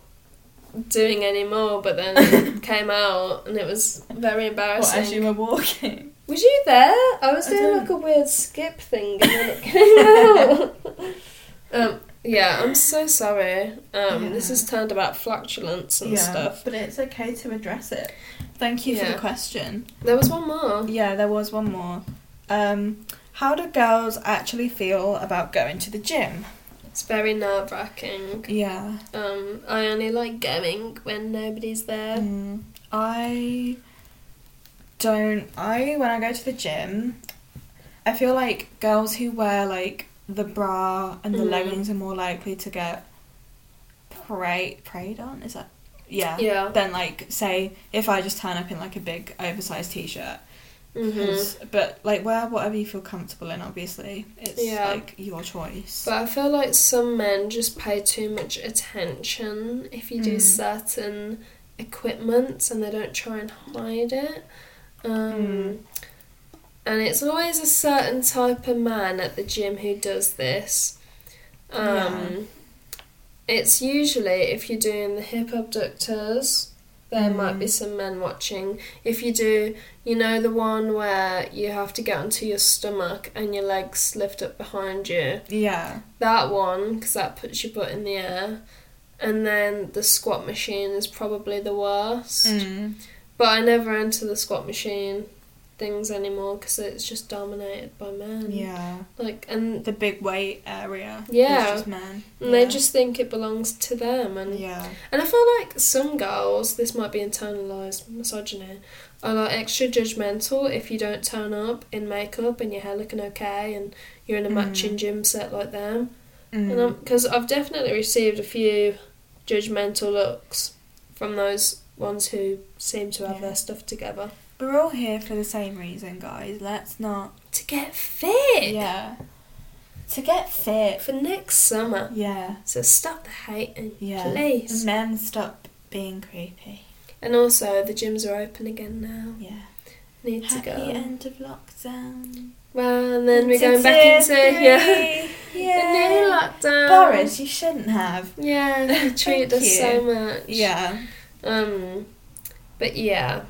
[SPEAKER 3] doing any more, but then it came out, and it was very
[SPEAKER 2] Well,
[SPEAKER 3] embarrassing.
[SPEAKER 2] as you were walking.
[SPEAKER 3] Was you there? I was
[SPEAKER 2] I
[SPEAKER 3] doing
[SPEAKER 2] don't-
[SPEAKER 3] like a weird skip thing and then it came out. um, yeah, I'm so sorry. Um, This
[SPEAKER 2] Yeah.
[SPEAKER 3] has turned about flatulence and
[SPEAKER 2] yeah.
[SPEAKER 3] stuff.
[SPEAKER 2] But it's okay to address it. Thank you for
[SPEAKER 3] Yeah.
[SPEAKER 2] the question.
[SPEAKER 3] There was one more.
[SPEAKER 2] Yeah, there was one more. Um, how do girls actually feel about going to the gym?
[SPEAKER 3] It's very nerve wracking.
[SPEAKER 2] Yeah.
[SPEAKER 3] Um, I only like going when nobody's there.
[SPEAKER 2] Mm, I don't. I when I go to the gym, I feel like girls who wear like the bra and the
[SPEAKER 3] Mm.
[SPEAKER 2] leggings are more likely to get preyed preyed on. Is that yeah?
[SPEAKER 3] Yeah.
[SPEAKER 2] Then like say if I just turn up in like a big oversized t-shirt,
[SPEAKER 3] hmm
[SPEAKER 2] 'Cause- but like wear whatever you feel comfortable in. Obviously, it's
[SPEAKER 3] Yeah.
[SPEAKER 2] like your choice.
[SPEAKER 3] But I feel like some men just pay too much attention if you do
[SPEAKER 2] Mm.
[SPEAKER 3] certain equipment and they don't try and hide it. Um,
[SPEAKER 2] Mm.
[SPEAKER 3] And it's always a certain type of man at the gym who does this. Um, It's usually if you're doing the hip abductors, there might be some men watching. If you do, you know, the one where you have to get onto your stomach and your legs lift up behind you.
[SPEAKER 2] yeah,
[SPEAKER 3] That one, because that puts your butt in the air. And then the squat machine is probably the worst.
[SPEAKER 2] Mm.
[SPEAKER 3] But I never enter the squat machine things anymore because it's just dominated by men.
[SPEAKER 2] yeah,
[SPEAKER 3] Like, and,
[SPEAKER 2] the big weight area. is
[SPEAKER 3] Yeah.
[SPEAKER 2] just men.
[SPEAKER 3] and they
[SPEAKER 2] Yeah.
[SPEAKER 3] just think it belongs to them. And,
[SPEAKER 2] yeah.
[SPEAKER 3] and I feel like some girls, this might be internalised misogyny, are like extra judgmental if you don't turn up in makeup and your hair looking okay and you're in a
[SPEAKER 2] Mm.
[SPEAKER 3] matching gym set like them.
[SPEAKER 2] Mm.
[SPEAKER 3] And because I've definitely received a few judgmental looks from those ones who seem to have
[SPEAKER 2] Yeah.
[SPEAKER 3] their stuff together.
[SPEAKER 2] We're all here for the same reason, guys. Let's not.
[SPEAKER 3] To get fit
[SPEAKER 2] Yeah. To get fit.
[SPEAKER 3] for next summer.
[SPEAKER 2] Yeah.
[SPEAKER 3] So stop the hating,
[SPEAKER 2] Yeah. Mm.
[SPEAKER 3] please.
[SPEAKER 2] Men stop being creepy.
[SPEAKER 3] And also, the gyms are open again now.
[SPEAKER 2] Yeah.
[SPEAKER 3] Need to
[SPEAKER 2] Happy
[SPEAKER 3] go.
[SPEAKER 2] end of lockdown.
[SPEAKER 3] Well, and then we're
[SPEAKER 2] To
[SPEAKER 3] going back
[SPEAKER 2] tier
[SPEAKER 3] into yeah,
[SPEAKER 2] three.
[SPEAKER 3] the new
[SPEAKER 2] Yeah.
[SPEAKER 3] lockdown.
[SPEAKER 2] Boris, you shouldn't have.
[SPEAKER 3] Yeah, he treated
[SPEAKER 2] Thank
[SPEAKER 3] us so
[SPEAKER 2] you.
[SPEAKER 3] much. Um, but yeah,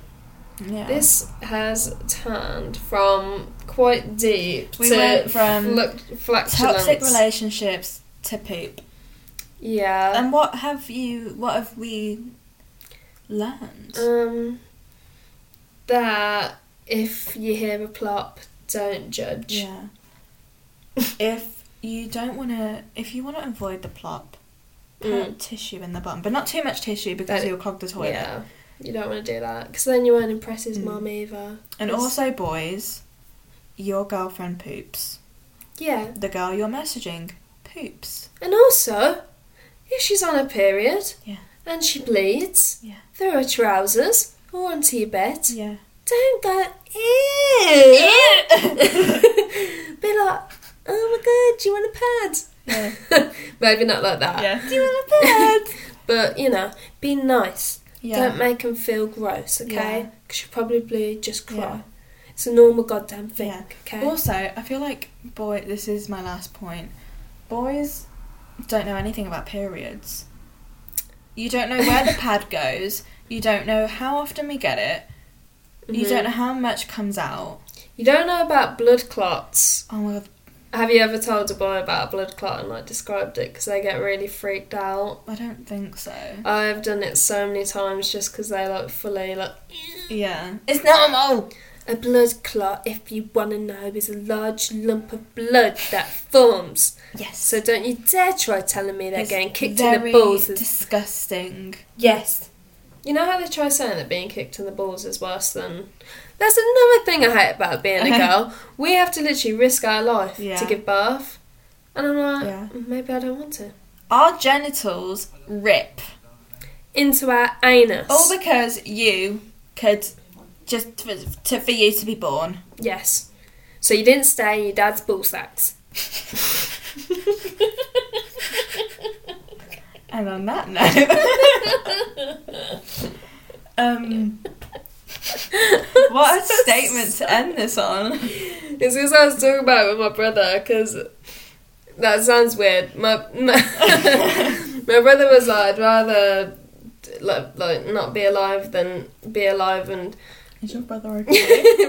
[SPEAKER 2] Yeah.
[SPEAKER 3] This has turned from quite deep
[SPEAKER 2] We
[SPEAKER 3] to
[SPEAKER 2] went from
[SPEAKER 3] fluc- flatulence.
[SPEAKER 2] toxic relationships to poop.
[SPEAKER 3] Yeah.
[SPEAKER 2] and what have you? What have we learned?
[SPEAKER 3] Um. That if you hear a plop, don't judge.
[SPEAKER 2] yeah. if you don't want to, if you want to avoid the plop, put
[SPEAKER 3] Mm.
[SPEAKER 2] tissue in the bum, but not too much tissue because
[SPEAKER 3] That-
[SPEAKER 2] you'll clog the toilet.
[SPEAKER 3] Yeah. You don't want to do that because then you won't impress his
[SPEAKER 2] Mm.
[SPEAKER 3] mum either.
[SPEAKER 2] And
[SPEAKER 3] 'Cause-
[SPEAKER 2] also, boys, your girlfriend poops.
[SPEAKER 3] Yeah.
[SPEAKER 2] The girl you're messaging poops.
[SPEAKER 3] And also, if she's on her period
[SPEAKER 2] Yeah.
[SPEAKER 3] and she bleeds
[SPEAKER 2] Yeah.
[SPEAKER 3] through her trousers or onto your bed,
[SPEAKER 2] Yeah.
[SPEAKER 3] don't go, ew! Be like, oh my god, do you want a pad? Maybe not like that.
[SPEAKER 2] Yeah.
[SPEAKER 3] Do you want a pad? but, you know, be nice.
[SPEAKER 2] Yeah.
[SPEAKER 3] Don't make them feel gross, okay?
[SPEAKER 2] Yeah.
[SPEAKER 3] Because you'll probably just cry.
[SPEAKER 2] Yeah.
[SPEAKER 3] It's a normal goddamn thing,
[SPEAKER 2] Yeah.
[SPEAKER 3] okay?
[SPEAKER 2] Also, I feel like boy. This is my last point. Boys don't know anything about periods. You don't know where the pad goes. You don't know how often we get it. You
[SPEAKER 3] Mhm.
[SPEAKER 2] don't know how much comes out.
[SPEAKER 3] You don't know about blood clots.
[SPEAKER 2] Oh my god!
[SPEAKER 3] Have you ever told a boy about a blood clot and like described it because they get really freaked out?
[SPEAKER 2] I don't think so.
[SPEAKER 3] I've done it so many times just because they like fully like
[SPEAKER 2] Yeah.
[SPEAKER 4] It's normal.
[SPEAKER 3] a blood clot. If you want to know, is a large lump of blood that forms.
[SPEAKER 2] Yes.
[SPEAKER 3] So don't you dare try telling me they're
[SPEAKER 2] It's
[SPEAKER 3] getting kicked in the
[SPEAKER 2] very
[SPEAKER 3] balls. is-
[SPEAKER 2] Disgusting.
[SPEAKER 3] yes. You know how they try saying that being kicked in the balls is worse than. That's another thing I hate about being a girl. we have to literally risk our life
[SPEAKER 2] Yeah.
[SPEAKER 3] to give birth, and I'm like, "Mm,
[SPEAKER 2] Yeah.
[SPEAKER 3] maybe I don't want to.
[SPEAKER 2] Our genitals rip.
[SPEAKER 3] into our anus.
[SPEAKER 2] All because you could just for, to, for you to be born.
[SPEAKER 3] yes. So you didn't stay in your dad's ball sacks.
[SPEAKER 2] And on that note, um, what a statement to end this on.
[SPEAKER 3] It's because I was talking about it with my brother because that sounds weird. My my, my brother was like, I'd rather like, like not be alive than be alive and
[SPEAKER 2] Is your brother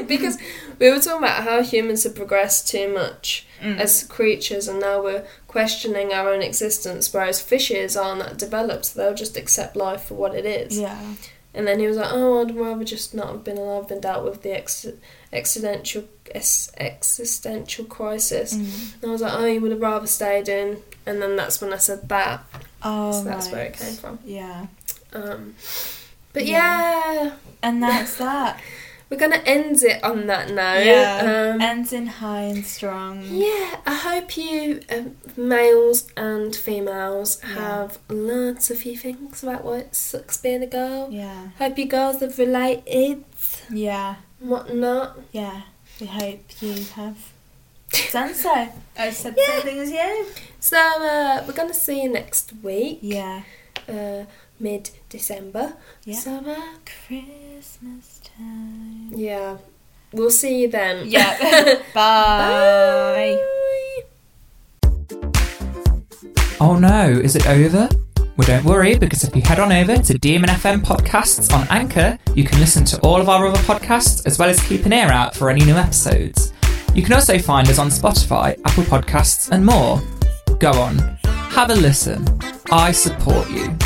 [SPEAKER 3] because we were talking about how humans have progressed too much
[SPEAKER 2] Mm.
[SPEAKER 3] as creatures and now we're questioning our own existence whereas fishes aren't that developed so they'll just accept life for what it is
[SPEAKER 2] Yeah.
[SPEAKER 3] And then he was like, "Oh, I'd rather just not have been alive than dealt with the ex- existential ex- existential crisis."
[SPEAKER 2] Mm.
[SPEAKER 3] And I was like, "Oh, you would have rather stayed in." And then that's when I said that.
[SPEAKER 2] Oh,
[SPEAKER 3] so that's where
[SPEAKER 2] right.
[SPEAKER 3] it came from.
[SPEAKER 2] Yeah.
[SPEAKER 3] Um, but
[SPEAKER 2] Yeah.
[SPEAKER 3] yeah.
[SPEAKER 2] And that's that.
[SPEAKER 3] we're gonna end it on that note.
[SPEAKER 2] yeah.
[SPEAKER 3] Um,
[SPEAKER 2] Ends in high and strong.
[SPEAKER 3] yeah, I hope you um, males and females
[SPEAKER 2] Yeah.
[SPEAKER 3] have learnt a few things about what it sucks being a girl.
[SPEAKER 2] Yeah.
[SPEAKER 3] Hope you girls have related
[SPEAKER 2] Yeah.
[SPEAKER 3] and whatnot.
[SPEAKER 2] Yeah. We hope you have eh? done so. I said
[SPEAKER 3] Yeah.
[SPEAKER 2] thing as you.
[SPEAKER 3] So uh, we're gonna see you next week,
[SPEAKER 2] Yeah.
[SPEAKER 3] uh, mid December.
[SPEAKER 2] Yeah.
[SPEAKER 3] So uh,
[SPEAKER 2] Christmas time.
[SPEAKER 3] yeah, we'll see you then.
[SPEAKER 2] Yeah. Bye.
[SPEAKER 3] Bye.
[SPEAKER 1] Oh no, is it over? Well, don't worry, because if you head on over to DMNFM Podcasts on Anchor, you can listen to all of our other podcasts as well as keep an ear out for any new episodes. You can also find us on Spotify, Apple Podcasts, and more. Go on, have a listen. I support you.